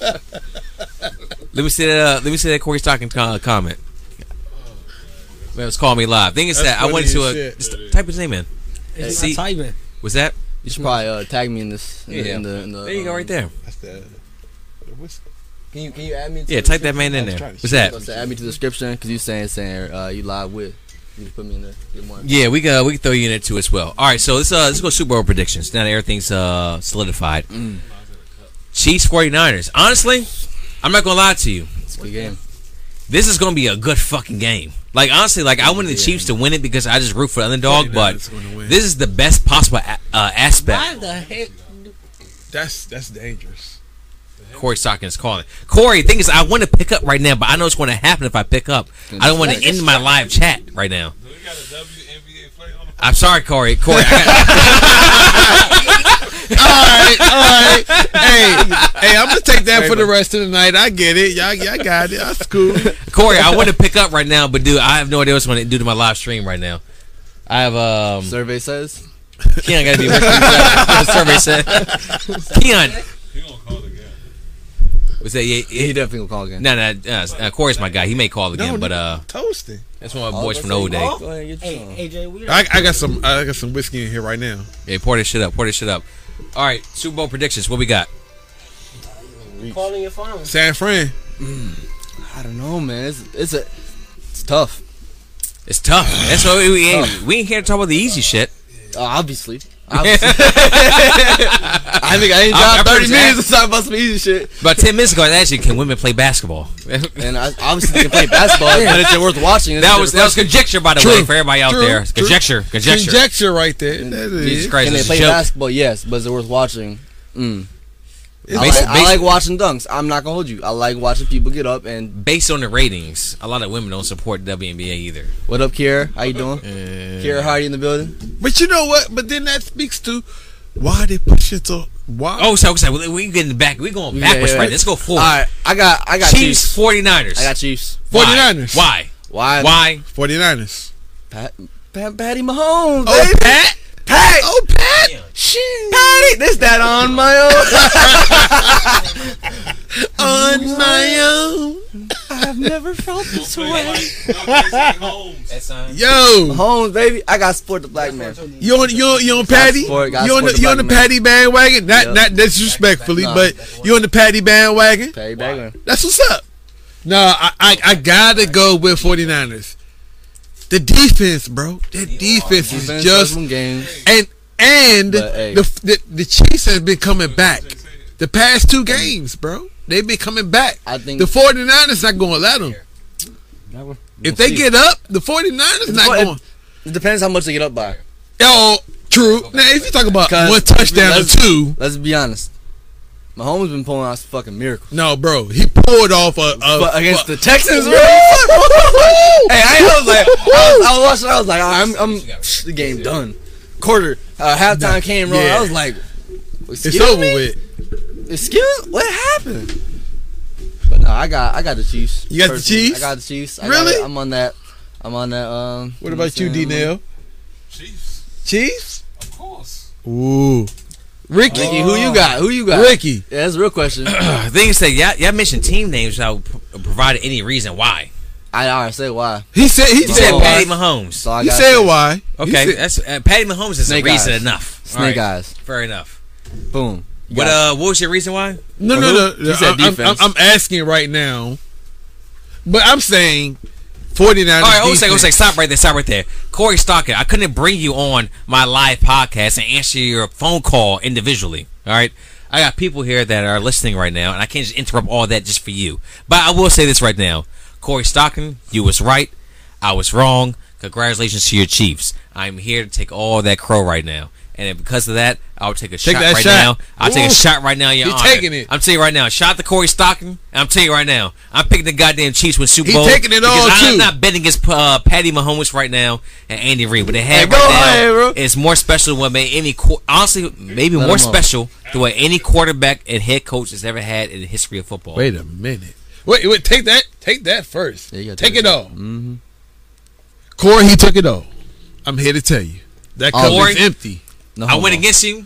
Speaker 2: Let me see that. Uh, let me see that Corey Stockton co- comment. Man, it's calling me live. Thing is
Speaker 4: That's
Speaker 2: that I went
Speaker 4: funny
Speaker 2: to
Speaker 4: as
Speaker 2: a
Speaker 4: shit.
Speaker 2: just type his name in.
Speaker 7: It's
Speaker 2: see-
Speaker 7: not typing.
Speaker 2: Was that?
Speaker 6: You should probably uh, tag me in this. In the, in the, in the,
Speaker 2: there you go,
Speaker 6: um,
Speaker 2: right there.
Speaker 4: That's the- what's-
Speaker 6: Can you, can you add me? To
Speaker 2: Yeah,
Speaker 6: the
Speaker 2: type that
Speaker 6: description?
Speaker 2: man in
Speaker 4: I was
Speaker 2: there.
Speaker 4: trying to
Speaker 2: What's
Speaker 4: see
Speaker 2: that?
Speaker 6: So, so add me to the description because you saying saying uh, you live with. You can put me in there. Get one.
Speaker 2: Yeah, we got we can throw you in it too as well. All right, so let's uh, let's go Super Bowl predictions. Now that everything's uh, solidified. Chiefs 49ers. Honestly, I'm not gonna lie to you.
Speaker 6: It's a good game.
Speaker 2: This is gonna be a good fucking game. Like honestly, like I wanted the Chiefs to win it because I just root for the underdog, but
Speaker 4: 49ers gonna win.
Speaker 2: this is the best possible a- uh,
Speaker 7: Why
Speaker 2: aspect.
Speaker 7: the heck?
Speaker 4: That's that's dangerous.
Speaker 2: Corey Stockton is calling. Corey, thing is, I want to pick up right now, but I know it's going to happen if I pick up. I don't want to end my live chat right now.
Speaker 5: Do we got a WNBA play on the
Speaker 2: I'm sorry, Corey. Corey, I got,
Speaker 4: Alright, alright. hey, hey, I'm gonna take that for the rest of the night. I get it. Y'all, y'all got it. That's cool.
Speaker 2: Corey, I want to pick up right now, but dude, I have no idea what's going to do to my live stream right now. I have um
Speaker 6: Survey says.
Speaker 2: Keon got to be working. the survey said Keon.
Speaker 5: He gonna call again.
Speaker 2: Was that yeah?
Speaker 6: He
Speaker 2: yeah.
Speaker 6: definitely will call again.
Speaker 2: No, no, no, uh, Corey's my guy. He may call again,
Speaker 4: No,
Speaker 2: but
Speaker 4: no.
Speaker 2: uh,
Speaker 4: Toasting.
Speaker 2: that's one of my boys from the old day.
Speaker 6: "Oh, Go ahead and get your song.
Speaker 7: Hey, AJ, we
Speaker 4: I, I got some. I got some whiskey in here right now.
Speaker 2: Hey, pour this shit up. Pour this shit up. All right, Super Bowl predictions. What we got?
Speaker 7: calling your phone.
Speaker 4: San Fran.
Speaker 6: I don't know, man. It's it's a it's tough.
Speaker 2: It's tough. That's why we ain't we ain't here to talk about the easy shit.
Speaker 6: Uh, obviously. Obviously. I think I ain't
Speaker 2: I
Speaker 6: job
Speaker 2: pretty
Speaker 6: thirty minutes
Speaker 2: much-
Speaker 6: to talk about some easy shit.
Speaker 2: About ten minutes ago, I asked you, can women play basketball?
Speaker 6: And I obviously they can play basketball, but it's worth watching. It's
Speaker 2: That
Speaker 6: a
Speaker 2: was that
Speaker 6: different
Speaker 2: was conjecture, by the
Speaker 4: True.
Speaker 2: way, for everybody out
Speaker 4: True.
Speaker 2: there.
Speaker 4: True.
Speaker 2: Conjecture, conjecture.
Speaker 4: Conjecture right
Speaker 6: Mm.
Speaker 4: there. That is.
Speaker 2: Jesus
Speaker 6: question.
Speaker 2: Christ,
Speaker 6: Can they
Speaker 2: it's a
Speaker 6: play
Speaker 2: joke.
Speaker 6: basketball? Yes, but is it worth watching? Mm. I,
Speaker 2: Basi-
Speaker 6: like, I
Speaker 2: basi-
Speaker 6: like watching dunks. I'm not gonna hold you. I like watching people get up and
Speaker 2: based on the ratings, a lot of women don't support WNBA either.
Speaker 6: what up, Kiera? How you doing? Kiera Hardy in the building.
Speaker 4: But you know what? But then that speaks to why they push it to why.
Speaker 2: Oh, so, so we- we getting back. We going
Speaker 6: Yeah,
Speaker 2: backwards
Speaker 6: yeah,
Speaker 2: right.
Speaker 6: yeah.
Speaker 2: Let's go
Speaker 6: All
Speaker 2: forward.
Speaker 6: right, I got I got Chiefs.
Speaker 2: Chiefs, 49ers.
Speaker 6: I got Chiefs.
Speaker 2: Why?
Speaker 4: 49ers.
Speaker 2: Why?
Speaker 6: Why?
Speaker 2: Why?
Speaker 4: 49ers.
Speaker 6: Pat, Pat, Patty Mahomes.
Speaker 4: Oh,
Speaker 6: baby.
Speaker 4: Pat.
Speaker 6: Pat,
Speaker 4: Oh, Pat.
Speaker 6: Patty, this that on my own.
Speaker 4: On my own.
Speaker 6: I've never felt this way.
Speaker 2: That's on.
Speaker 4: Yo.
Speaker 6: Mahomes, baby, I got support the black man.
Speaker 4: You on you on, you on Patty? You
Speaker 6: support- gotta
Speaker 4: on the,
Speaker 6: support the
Speaker 4: you on the
Speaker 6: black man.
Speaker 4: Patty bandwagon? Not
Speaker 6: Yep.
Speaker 4: not disrespectfully,
Speaker 6: Nah.
Speaker 4: but you on the Patty bandwagon?
Speaker 6: Patty Bagman.
Speaker 4: That's what's up. No, I, I I gotta go with 49ers. The defense, bro. That defense is
Speaker 6: Defense
Speaker 4: just
Speaker 6: some games.
Speaker 4: and and
Speaker 6: But, hey.
Speaker 4: the, the the Chiefs has been coming back. The past two games, bro, they've been coming back.
Speaker 6: I think
Speaker 4: The 49ers not going to let them. If they get up, the 49ers not
Speaker 6: Well,
Speaker 4: going.
Speaker 6: It, it depends how much they get up by.
Speaker 4: Oh, true. Now, if you talk about
Speaker 6: 'Cause
Speaker 4: one touchdown or
Speaker 6: let's-
Speaker 4: two,
Speaker 6: Let's be honest. Mahomes been pulling out some fucking miracles.
Speaker 4: no, bro, he pulled off a, a
Speaker 6: But against
Speaker 4: fu-
Speaker 6: the Texans, bro. hey, I, I was like, I was, I was watching, I was like, "All right, I'm, I'm psh, the game done. Quarter, uh, halftime came wrong.
Speaker 4: Yeah.
Speaker 6: I was like,
Speaker 4: it's
Speaker 6: excuse
Speaker 4: over
Speaker 6: me?
Speaker 4: with.
Speaker 6: Excuse, what happened? But no, I got, I got the Chiefs.
Speaker 4: You got the
Speaker 6: Personally,
Speaker 4: Chiefs?
Speaker 6: I got the Chiefs. I
Speaker 4: Really?
Speaker 6: Got, I'm on that. I'm on that. Um.
Speaker 4: What
Speaker 6: know I'm
Speaker 4: about you, D
Speaker 6: saying?
Speaker 4: Nail?
Speaker 5: Chiefs,
Speaker 4: Chiefs?
Speaker 5: of course.
Speaker 4: Ooh. Ricky.
Speaker 6: Ricky, who you got? Who you got?
Speaker 4: Ricky.
Speaker 6: Yeah, that's a real question. I
Speaker 2: The thing is that y'all, y'all mentioned team names without p- providing any reason why.
Speaker 6: already say why.
Speaker 4: He said he
Speaker 2: You
Speaker 6: No.
Speaker 2: said
Speaker 4: said
Speaker 2: Patty Mahomes.
Speaker 6: So I
Speaker 4: he
Speaker 6: got
Speaker 4: said why. He
Speaker 2: Okay,
Speaker 4: said-
Speaker 2: that's uh, Patty Mahomes is a
Speaker 6: Snake
Speaker 2: reason
Speaker 6: eyes.
Speaker 2: enough. All
Speaker 6: Snake
Speaker 2: right,
Speaker 6: eyes.
Speaker 2: Fair enough.
Speaker 6: Boom. You
Speaker 2: What
Speaker 6: got
Speaker 2: uh? What was your reason why?
Speaker 4: No, no,
Speaker 6: Who?
Speaker 4: no.
Speaker 6: He said
Speaker 4: I'm- I'm,
Speaker 6: defense.
Speaker 4: I'm- I'm asking right now. But I'm saying 49
Speaker 2: All right, one second, one second. Stop right there. Stop right there. Corey Stockton, I couldn't bring you on my live podcast and answer your phone call individually. All right, I got people here that are listening right now, and I can't just interrupt all that just for you. But I will say this right now, Corey Stockton, you was right. I was wrong. Congratulations to your Chiefs. I'm here to take all that crow right now. And then because of that, I'll take a
Speaker 4: Take
Speaker 2: shot
Speaker 4: that
Speaker 2: right
Speaker 4: shot.
Speaker 2: now. I'll take a
Speaker 4: Ooh.
Speaker 2: shot right now, Your
Speaker 4: He
Speaker 2: Honor.
Speaker 4: taking it.
Speaker 2: I'm telling you right now. Shout out to Corey Stockton. I'm telling you right now. I'm picking the goddamn Chiefs with Super
Speaker 4: He
Speaker 2: Bowl.
Speaker 4: taking it
Speaker 2: because
Speaker 4: all,
Speaker 2: I'm
Speaker 4: too.
Speaker 2: not betting against uh, Patty Mahomes right now and Andy Reid. What they
Speaker 6: Hey,
Speaker 2: have
Speaker 6: go
Speaker 2: right
Speaker 6: ahead,
Speaker 2: now
Speaker 6: bro.
Speaker 2: is more special than what made any qu- honestly maybe
Speaker 6: Let
Speaker 2: more
Speaker 6: him up.
Speaker 2: special than what any quarterback and head coach has ever had in the history of football.
Speaker 4: Wait a minute. Wait, wait, take that. Take that first.
Speaker 6: Yeah, you gotta
Speaker 4: take
Speaker 6: take
Speaker 4: it
Speaker 6: that.
Speaker 4: all.
Speaker 2: Mm-hmm.
Speaker 4: Corey, he took it all. I'm here to tell you. That cup
Speaker 2: Corey?
Speaker 4: is empty.
Speaker 6: no
Speaker 2: I went
Speaker 6: homo.
Speaker 2: against you.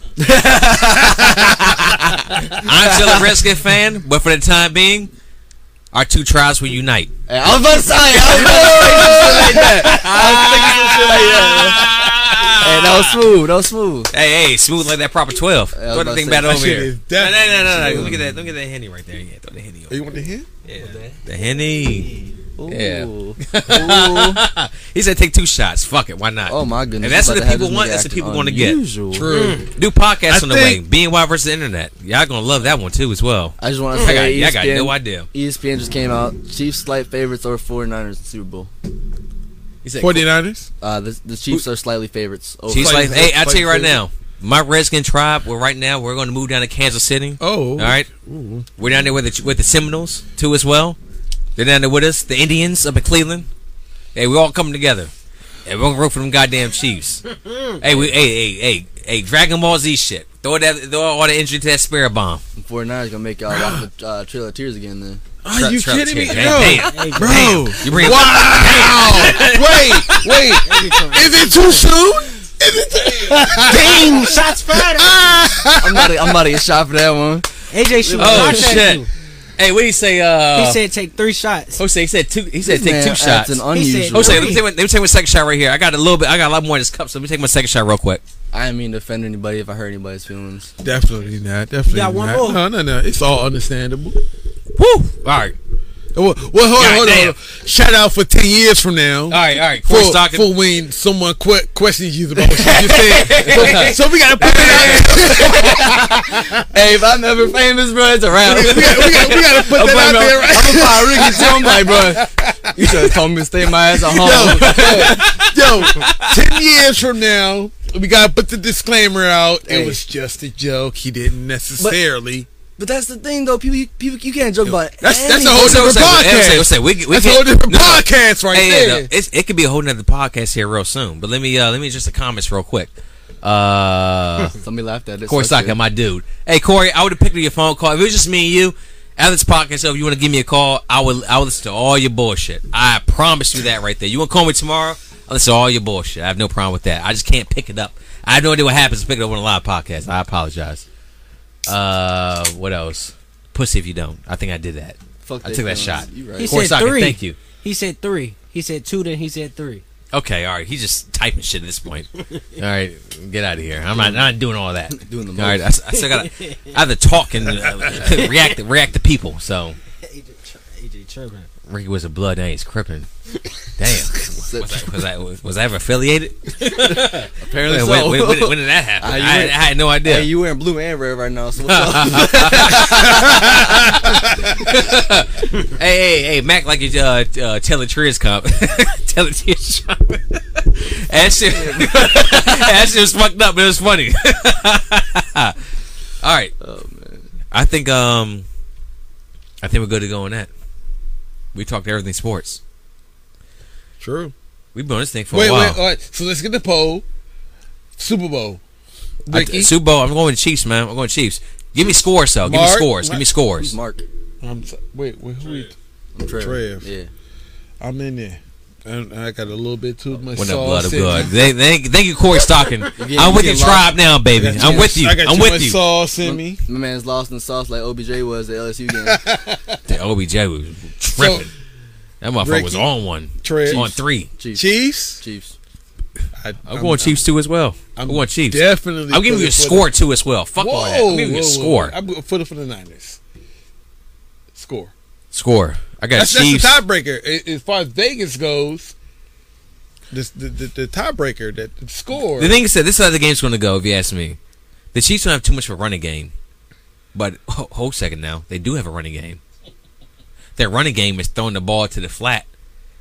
Speaker 2: I'm still a Redskin fan, but for the time being, our two tribes will unite.
Speaker 6: Hey, I was about to say, I was about to say some shit like that. I was thinking some shit like that. bro. Hey, that was smooth. That was smooth.
Speaker 2: Hey, hey, smooth like that proper twelve.
Speaker 6: I was
Speaker 2: Throw
Speaker 6: about
Speaker 2: the
Speaker 6: to
Speaker 2: thing
Speaker 6: say,
Speaker 2: back
Speaker 6: that
Speaker 2: over
Speaker 4: shit
Speaker 2: here.
Speaker 4: is
Speaker 2: No,
Speaker 4: definitely
Speaker 2: no, no, no, no. Look at that. Look at that henny right there. Yeah, throw the henny. Over.
Speaker 4: Oh, want to hear?
Speaker 2: Yeah, the henny.
Speaker 6: Ooh.
Speaker 2: Yeah.
Speaker 6: Ooh.
Speaker 2: he said, "Take two shots. Fuck it. Why not?"
Speaker 6: Oh my goodness.
Speaker 2: And that's
Speaker 6: I'm
Speaker 2: what
Speaker 6: about
Speaker 2: the
Speaker 6: to have
Speaker 2: people
Speaker 6: this
Speaker 2: want.
Speaker 6: nigga
Speaker 2: That's what
Speaker 6: acting
Speaker 2: people want to get.
Speaker 6: unusual.
Speaker 4: True.
Speaker 6: Mm.
Speaker 2: New podcast
Speaker 4: I
Speaker 2: on the way.
Speaker 4: think-
Speaker 2: BNY versus the internet. Y'all gonna love that one too as well.
Speaker 6: I just want to
Speaker 2: I got,
Speaker 6: say, E
Speaker 2: y'all got
Speaker 6: ESPN,
Speaker 2: no idea.
Speaker 6: ESPN just came out. Chiefs slight favorites over 49ers in Super Bowl.
Speaker 2: He said,
Speaker 4: 49ers?
Speaker 6: Uh, the, the Chiefs are slightly favorites. Over
Speaker 2: "She's
Speaker 4: Play-
Speaker 2: like, hey, I
Speaker 4: play
Speaker 2: tell you right
Speaker 4: favorite.
Speaker 2: now, my Redskin tribe. Well, right now we're gonna move down to Kansas City.
Speaker 4: Oh.
Speaker 2: All right, we're down there with the, with the Seminoles too as well. They're down there with us, the Indians up in Cleveland. Hey, we all coming together, and we're gonna root for them goddamn Chiefs. hey, we, hey, hey, hey, hey, Dragon Ball Z shit. Throw that, throw all the injury to that spirit bomb.
Speaker 6: 49ers gonna make y'all watch the uh, Trail of Tears again then.
Speaker 4: Are
Speaker 2: Tra-
Speaker 4: you
Speaker 2: tra-
Speaker 4: kidding me?
Speaker 2: tra-
Speaker 4: Bro.
Speaker 2: Damn,
Speaker 4: Bro.
Speaker 2: damn. You bring up
Speaker 4: Wow. wait, wait. Is it too soon? Is it
Speaker 7: Dang, shots fired.
Speaker 6: I'm about, to, I'm about to get shot for that one.
Speaker 7: AJ shooting
Speaker 2: Oh
Speaker 7: shots at
Speaker 2: shit.
Speaker 7: you.
Speaker 2: Hey, what do you say?
Speaker 7: He
Speaker 2: Uh,
Speaker 7: said take three shots.
Speaker 2: Jose he said two. He said Oh, take
Speaker 6: Man,
Speaker 2: two shots.
Speaker 6: That's an
Speaker 7: He said-
Speaker 6: unusual.
Speaker 2: Jose, let me take my, let me take my second shot right here. I got a little bit. I got a lot more in this cup, so let me take my second shot real quick.
Speaker 6: I didn't mean to offend anybody if I hurt anybody's feelings.
Speaker 4: Definitely not. Definitely
Speaker 7: got one
Speaker 4: not.
Speaker 7: more?
Speaker 4: No, no, no. It's all understandable.
Speaker 2: Woo! All right,
Speaker 4: Well, well hold on, hold on,
Speaker 2: Goddamn.
Speaker 4: hold on. Shout out for 10 years from now.
Speaker 2: all right, all right.
Speaker 4: for,
Speaker 2: Corey Stockton.
Speaker 4: for when someone que- questions you about what you just said. so, so we gotta put that out.
Speaker 6: Hey, if I'm ever famous, bro, it's a wrap.
Speaker 4: We gotta, we gotta, we gotta put
Speaker 6: I'm
Speaker 4: that out
Speaker 6: gonna-
Speaker 4: there, right?
Speaker 6: I'm gonna fire Ricky too. I'm like, bro, you should have told me to stay my ass at home.
Speaker 4: Yo, ten years from now, we gotta put the disclaimer out. It was just a joke. He didn't necessarily.
Speaker 6: But that's the thing, though. People, you, people, you can't joke about
Speaker 4: That's- that's a
Speaker 6: anything.
Speaker 4: whole different
Speaker 2: Jose,
Speaker 4: podcast.
Speaker 2: Jose, we, we
Speaker 4: That's a
Speaker 2: can't-
Speaker 4: whole different
Speaker 2: no, no.
Speaker 4: podcast right
Speaker 2: Hey, yeah,
Speaker 4: there.
Speaker 2: no, it's, it could be a whole nother podcast here real soon. But let me uh, let me just the comments real quick.
Speaker 4: Hmm.
Speaker 2: Uh,
Speaker 6: Somebody laughed at it.
Speaker 2: Corey
Speaker 6: so I
Speaker 2: Stockton, my dude. Hey Corey, I would have picked up your phone call if it was just me and you. After this podcast over, you want to give me a call? I will. I will listen to all your bullshit. I promise you that right there. You want to call me tomorrow? I'll listen to all your bullshit. I have no problem with that. I just can't pick it up. I have no idea what happens to pick it up on a live podcast. I apologize. Uh, what else? Pussy, if you don't. I think I did that.
Speaker 6: Fuck
Speaker 2: I
Speaker 6: they
Speaker 2: took that
Speaker 6: feelings.
Speaker 2: shot.
Speaker 6: You
Speaker 7: He
Speaker 6: right.
Speaker 2: Corey
Speaker 7: said
Speaker 2: Stockton,
Speaker 7: three.
Speaker 2: thank you.
Speaker 7: He said three. He said two. Then he said three.
Speaker 2: Okay, all right. He's just typing shit at this point. all right, get out of here. I'm not, not doing all that.
Speaker 6: Doing the
Speaker 2: All right, I, s- I still gotta. I have to talk and uh, react react to people. So
Speaker 7: AJ, AJ tripping.
Speaker 2: Ricky was a blood, now he's cripping. Damn. was, I, was, I, was I ever affiliated?
Speaker 6: Apparently,
Speaker 2: When,
Speaker 6: so.
Speaker 2: when- when- when did that happen?
Speaker 6: Ah,
Speaker 2: I,
Speaker 6: you
Speaker 2: had-
Speaker 6: went-
Speaker 2: I had no idea.
Speaker 6: Hey, you wearing blue and red right now? So what's up?
Speaker 2: Hey, hey, hey, Mac, like you uh, t- uh, telling Triz comp. telling Triz comp. that, shit, that shit was fucked up, but it was funny. All right.
Speaker 6: oh man.
Speaker 2: I think um, I think we're good to go on that. We talked everything sports.
Speaker 4: True.
Speaker 2: We've been on this thing for
Speaker 4: Wait,
Speaker 2: a
Speaker 4: uh,
Speaker 2: while.
Speaker 4: wait, all right. So let's get the poll. Super Bowl.
Speaker 2: I-
Speaker 4: Ricky,
Speaker 2: Super Bowl, I'm going Chiefs, man. I'm going Chiefs. Give me scores, though. Give me
Speaker 4: Mark,
Speaker 2: scores. Give me
Speaker 6: Who's
Speaker 2: scores.
Speaker 6: Mark?
Speaker 4: I'm so- wait, wait, who we,
Speaker 6: I'm Trev.
Speaker 4: Trev.
Speaker 6: Yeah.
Speaker 4: I'm in there. And I got a little bit too much
Speaker 2: When the blood
Speaker 4: sauce.
Speaker 2: of
Speaker 4: in
Speaker 2: God.
Speaker 4: me.
Speaker 2: Thank, thank, thank you, Corey Stocking.
Speaker 6: getting-
Speaker 2: I'm with
Speaker 6: you
Speaker 2: your
Speaker 6: getting
Speaker 2: tribe now, baby.
Speaker 4: I got
Speaker 2: I'm
Speaker 4: too
Speaker 2: with
Speaker 4: much-
Speaker 2: you.
Speaker 4: I got
Speaker 2: I'm
Speaker 4: too much
Speaker 2: with you.
Speaker 4: sauce in me.
Speaker 6: My man's lost in sauce like OBJ was at LSU game.
Speaker 2: The OBJ was tripping. that motherfucker was
Speaker 4: Ricky,
Speaker 2: on one.
Speaker 4: Trez.
Speaker 2: On three.
Speaker 6: Chiefs.
Speaker 4: Chiefs.
Speaker 6: Chiefs.
Speaker 4: I,
Speaker 2: I'm, going Chiefs, too, as well. I'm, going Chiefs.
Speaker 4: Definitely.
Speaker 2: I'm giving
Speaker 4: put
Speaker 2: you a
Speaker 4: it for the-
Speaker 2: score, too, as well. Fuck all that. I'm giving you a score.
Speaker 4: I'm going for the for the Niners. Score.
Speaker 2: Score. I got
Speaker 4: That's, that's the
Speaker 2: Chiefs.
Speaker 4: tiebreaker. A- As far as Vegas goes, this, the, the, the tiebreaker that the score.
Speaker 2: The thing is that this is how the game's going to go. If you ask me, the Chiefs don't have too much of a running game, but ho- hold second now, they do have a running game. Their running game is throwing the ball to the flat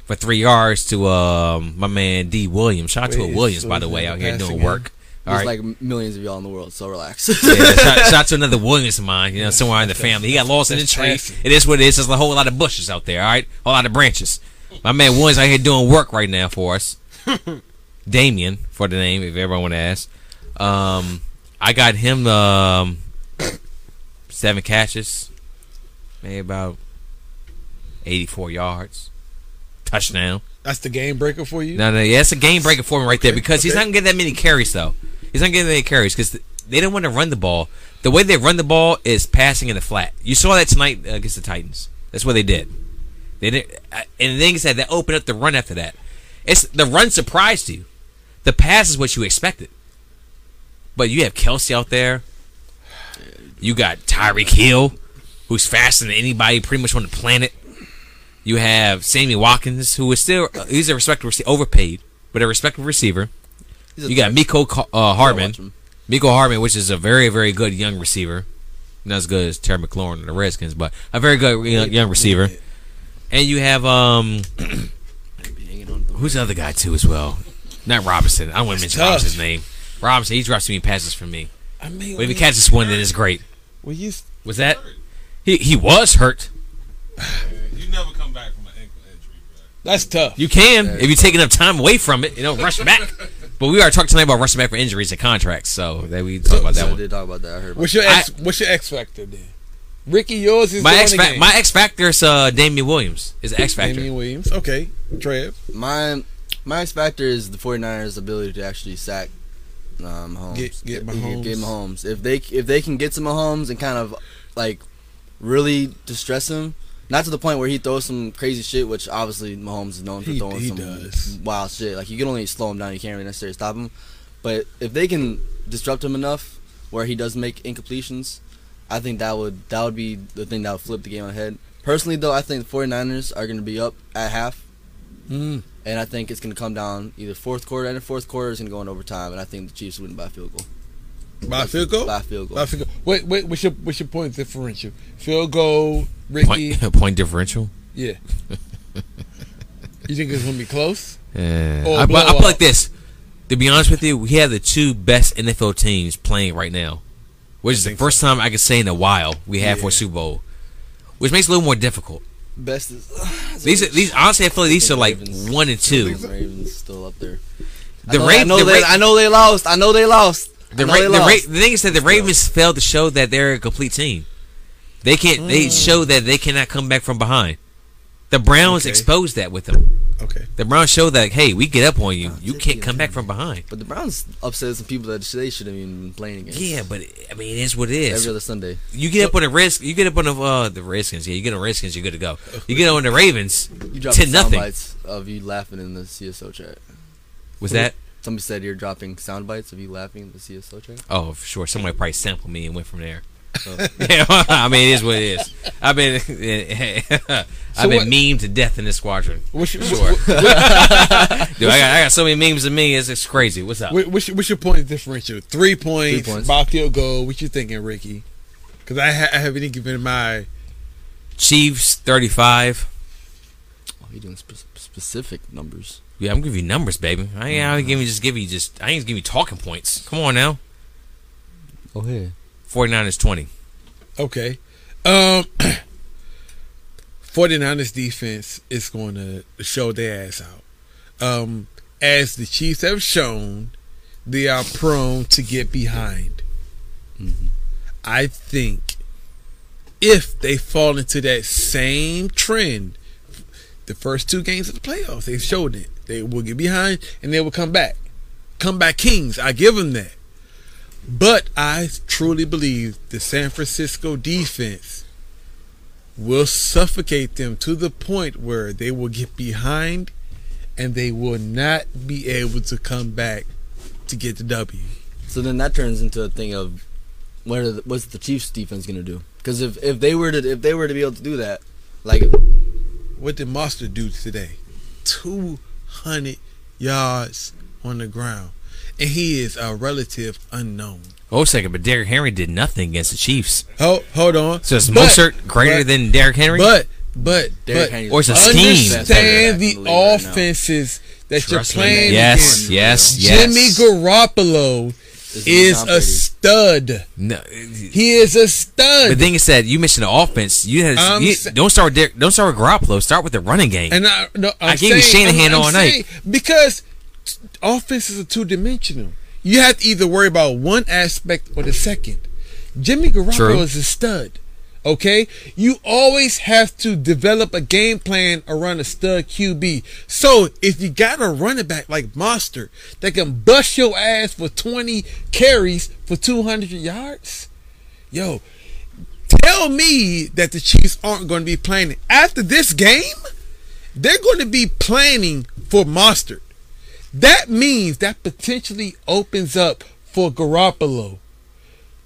Speaker 2: for three yards to um, my man D Williams. Shout out to
Speaker 4: Wait,
Speaker 2: a Williams
Speaker 4: so
Speaker 2: by the
Speaker 4: is
Speaker 2: way
Speaker 4: it
Speaker 2: out here
Speaker 4: pass
Speaker 2: doing
Speaker 4: again?
Speaker 2: work. All
Speaker 6: There's
Speaker 2: right,
Speaker 6: like millions of y'all in the world, so relax.
Speaker 2: Yeah, shout, shout out to another Williams of mine, you know, somewhere in the family. He got lost in the
Speaker 4: that's
Speaker 2: tree.
Speaker 4: passing.
Speaker 2: It is what it is. There's a whole lot of bushes out there. All right, a lot of branches. My man Williams out here doing work right now for us. Damien for the name, if everyone want to ask. Um, I got him um, seven catches, maybe about eighty-four yards, touchdown.
Speaker 4: that's the game breaker for you.
Speaker 2: No, no, yeah, that's a game breaker for him right there because he's
Speaker 4: okay.
Speaker 2: not gonna get that many carries though. He's not getting that many carries because they don't want to run the ball. The way they run the ball is passing in the flat. You saw that tonight uh, against the Titans. That's what they did. They didn't, I- and the thing is that they opened up the run after that. It's the run surprised you. The pass is what you expected. But you have Kelsey out there. You got Tyreek Hill, who's faster than anybody pretty much on the planet. You have Sammy Watkins, who is still uh, he's a respectable receiver, overpaid, but a respectable receiver.
Speaker 6: He's a
Speaker 2: You got
Speaker 6: threat.
Speaker 2: Miko Ca- uh,
Speaker 6: Gotta
Speaker 2: Harman,
Speaker 6: watch him.
Speaker 2: Miko Harman, which is a very very good young receiver, not as good as Terry McLaurin and the Redskins, but a very good young, young receiver. And you have um,
Speaker 6: Hanging on to the-
Speaker 2: who's the other guy too as well? Not Robinson. I don't want to mention
Speaker 4: tough.
Speaker 2: Robinson's name. Robinson, he drops too many passes for me.
Speaker 4: I mean,
Speaker 2: But if he catches one, then it's great.
Speaker 4: well, you
Speaker 2: Was that? He he was hurt.
Speaker 5: You never come back from an ankle injury, bro.
Speaker 4: that's tough.
Speaker 2: You can if you're taking up time away from it. You know, rush back. But we are talking tonight about rushing back for injuries and contracts, so that we talk about
Speaker 6: Yeah,
Speaker 2: that
Speaker 6: I
Speaker 2: one.
Speaker 6: did talk about that. I heard. About
Speaker 4: What's your X, what's your X factor then? Ricky, yours is
Speaker 2: My
Speaker 4: the
Speaker 2: X
Speaker 4: one
Speaker 2: fac
Speaker 4: again.
Speaker 2: my X factor is uh, Damian Williams. Is X factor.
Speaker 4: Damian Williams. Okay, Trev.
Speaker 6: it. my my X factor is the 49ers' ability to actually sack um, Mahomes.
Speaker 4: Get- get
Speaker 6: Get,
Speaker 4: Mahomes.
Speaker 6: get Mahomes. If they if they can get to Mahomes and kind of like really distress him, not to the point where he throws some crazy shit, which obviously Mahomes is known for
Speaker 4: He-
Speaker 6: throwing
Speaker 4: he
Speaker 6: some
Speaker 4: does.
Speaker 6: wild shit. Like you can only slow him down. You can't really necessarily stop him. But if they can disrupt him enough where he does make incompletions, I think that would that would be the thing that would flip the game on the head. Personally, though, I think the 49ers are going to be up at half.
Speaker 4: Mm.
Speaker 6: And I think it's going to come down either fourth quarter and the fourth quarter is going to go in overtime. And I think the Chiefs win by field goal.
Speaker 4: By field goal.
Speaker 6: By field goal.
Speaker 4: By field goal. Wait, wait. What's your what's your point differential? Field goal, Ricky.
Speaker 2: Point, point differential.
Speaker 4: Yeah. you think it's gonna be close?
Speaker 2: Yeah.
Speaker 4: Or
Speaker 2: I, but I
Speaker 4: blowout.
Speaker 2: put like this. To be honest with you, we have the two best NFL teams playing right now, which is the
Speaker 4: think
Speaker 2: first time I can say in a while we have for a Super Bowl, which makes it a little more difficult.
Speaker 6: Best is.
Speaker 2: These are, these honestly, I feel like these are like
Speaker 6: Ravens.
Speaker 2: one and two.
Speaker 6: The Ravens still up there.
Speaker 2: The
Speaker 6: I know, I
Speaker 2: Ravens.
Speaker 6: know they, I know they lost. I know they lost. I
Speaker 2: The,
Speaker 6: know
Speaker 2: Ra-
Speaker 6: they
Speaker 2: the, Ra-
Speaker 6: lost.
Speaker 2: the thing is that the Ravens failed to show that they're a complete team. They can't. They
Speaker 6: Mm.
Speaker 2: show that they cannot come back from behind. The Browns
Speaker 4: Okay.
Speaker 2: exposed that with them.
Speaker 4: Okay.
Speaker 2: The Browns showed that hey, we get up on you. You
Speaker 6: Ah, just
Speaker 2: can't
Speaker 6: get
Speaker 2: come back from behind.
Speaker 6: But the Browns upset some people that they should have even been playing against.
Speaker 2: Yeah, but I mean, it is what it is.
Speaker 6: Every other Sunday.
Speaker 2: You get up on the risk. You get up on the uh, the Redskins. Yeah, you get on Redskins. You're good to go. You get on the Ravens.
Speaker 6: You dropped
Speaker 2: Ten
Speaker 6: sound
Speaker 2: nothing.
Speaker 6: bites of you laughing in the CSO chat.
Speaker 2: Was that?
Speaker 6: Somebody said you're dropping sound bites of you laughing in the CSO chat.
Speaker 2: Oh, for sure. Somebody probably sampled me and went from there. yeah, I mean, it is what it is. I've been, I've been
Speaker 4: what-
Speaker 2: memed to death in this squadron.
Speaker 4: What's your,
Speaker 2: Sure. Dude, I got, I got so many memes of me. It's, it's crazy. What's up?
Speaker 4: what- what's, your, what's your point differential? Three points,
Speaker 6: Three points.
Speaker 4: Bach your goal. What you thinking, Ricky? Because I, ha- I haven't given my
Speaker 2: Chiefs thirty-five.
Speaker 6: Oh, you doing spe- specific numbers?
Speaker 2: Yeah, I'm giving you numbers, baby. I ain't I ain't giving just give you just. I ain't giving you talking points. Come on now.
Speaker 6: Oh hey.
Speaker 2: 49 is twenty.
Speaker 4: Okay. Um 49ers defense is going to show their ass out. Um, as the Chiefs have shown, they are prone to get behind. I think if they fall into that same trend, the first two games of the playoffs, they've showed it. They will get behind and they will come back. Come back kings. I give them that. But I truly believe the San Francisco defense will suffocate them to the point where they will get behind and they will not be able to come back to get the W.
Speaker 6: So then that turns into a thing of what are the, what's the Chiefs defense gonna do? Because if, if they were to if they were to be able to do that, like
Speaker 4: What did Monster do today? 200 yards on the ground. And he is a relative unknown.
Speaker 2: Oh, second, but Derrick Henry did nothing against the Chiefs.
Speaker 4: Hold, hold on.
Speaker 2: So is
Speaker 4: But-
Speaker 2: Mozart greater
Speaker 4: but-
Speaker 2: than Derrick Henry?
Speaker 4: But but
Speaker 6: Derrick
Speaker 4: but
Speaker 6: Henry's
Speaker 2: Or it's a
Speaker 6: the best
Speaker 2: scheme.
Speaker 6: quarterback in
Speaker 4: understand
Speaker 6: the
Speaker 4: the
Speaker 6: league right now.
Speaker 4: offenses that
Speaker 2: Trust me.
Speaker 4: you're playing.
Speaker 2: Yes,
Speaker 4: against.
Speaker 2: yes, yes.
Speaker 4: Jimmy Garoppolo
Speaker 6: This
Speaker 4: is
Speaker 6: Tom
Speaker 4: a
Speaker 6: Brady.
Speaker 4: stud.
Speaker 2: No,
Speaker 4: He is a stud.
Speaker 2: the thing is that you mentioned the offense. You, had,
Speaker 4: I'm
Speaker 2: you
Speaker 4: sa-
Speaker 2: don't start with Derrick, don't start with Garoppolo. Start with the running game.
Speaker 4: and I no, I'm
Speaker 2: I gave you
Speaker 4: saying-
Speaker 2: Shanahan
Speaker 4: I'm- I'm
Speaker 2: all night.
Speaker 4: saying because t- offenses are two dimensional. You have to either worry about one aspect or the second. Jimmy Garoppolo
Speaker 2: True.
Speaker 4: is a stud. Okay, you always have to develop a game plan around a stud QB. So if you got a running back like Monster that can bust your ass for 20 carries for 200 yards, yo, tell me that the Chiefs aren't going to be planning after this game. They're going to be planning for Mustard. That means that potentially opens up for Garoppolo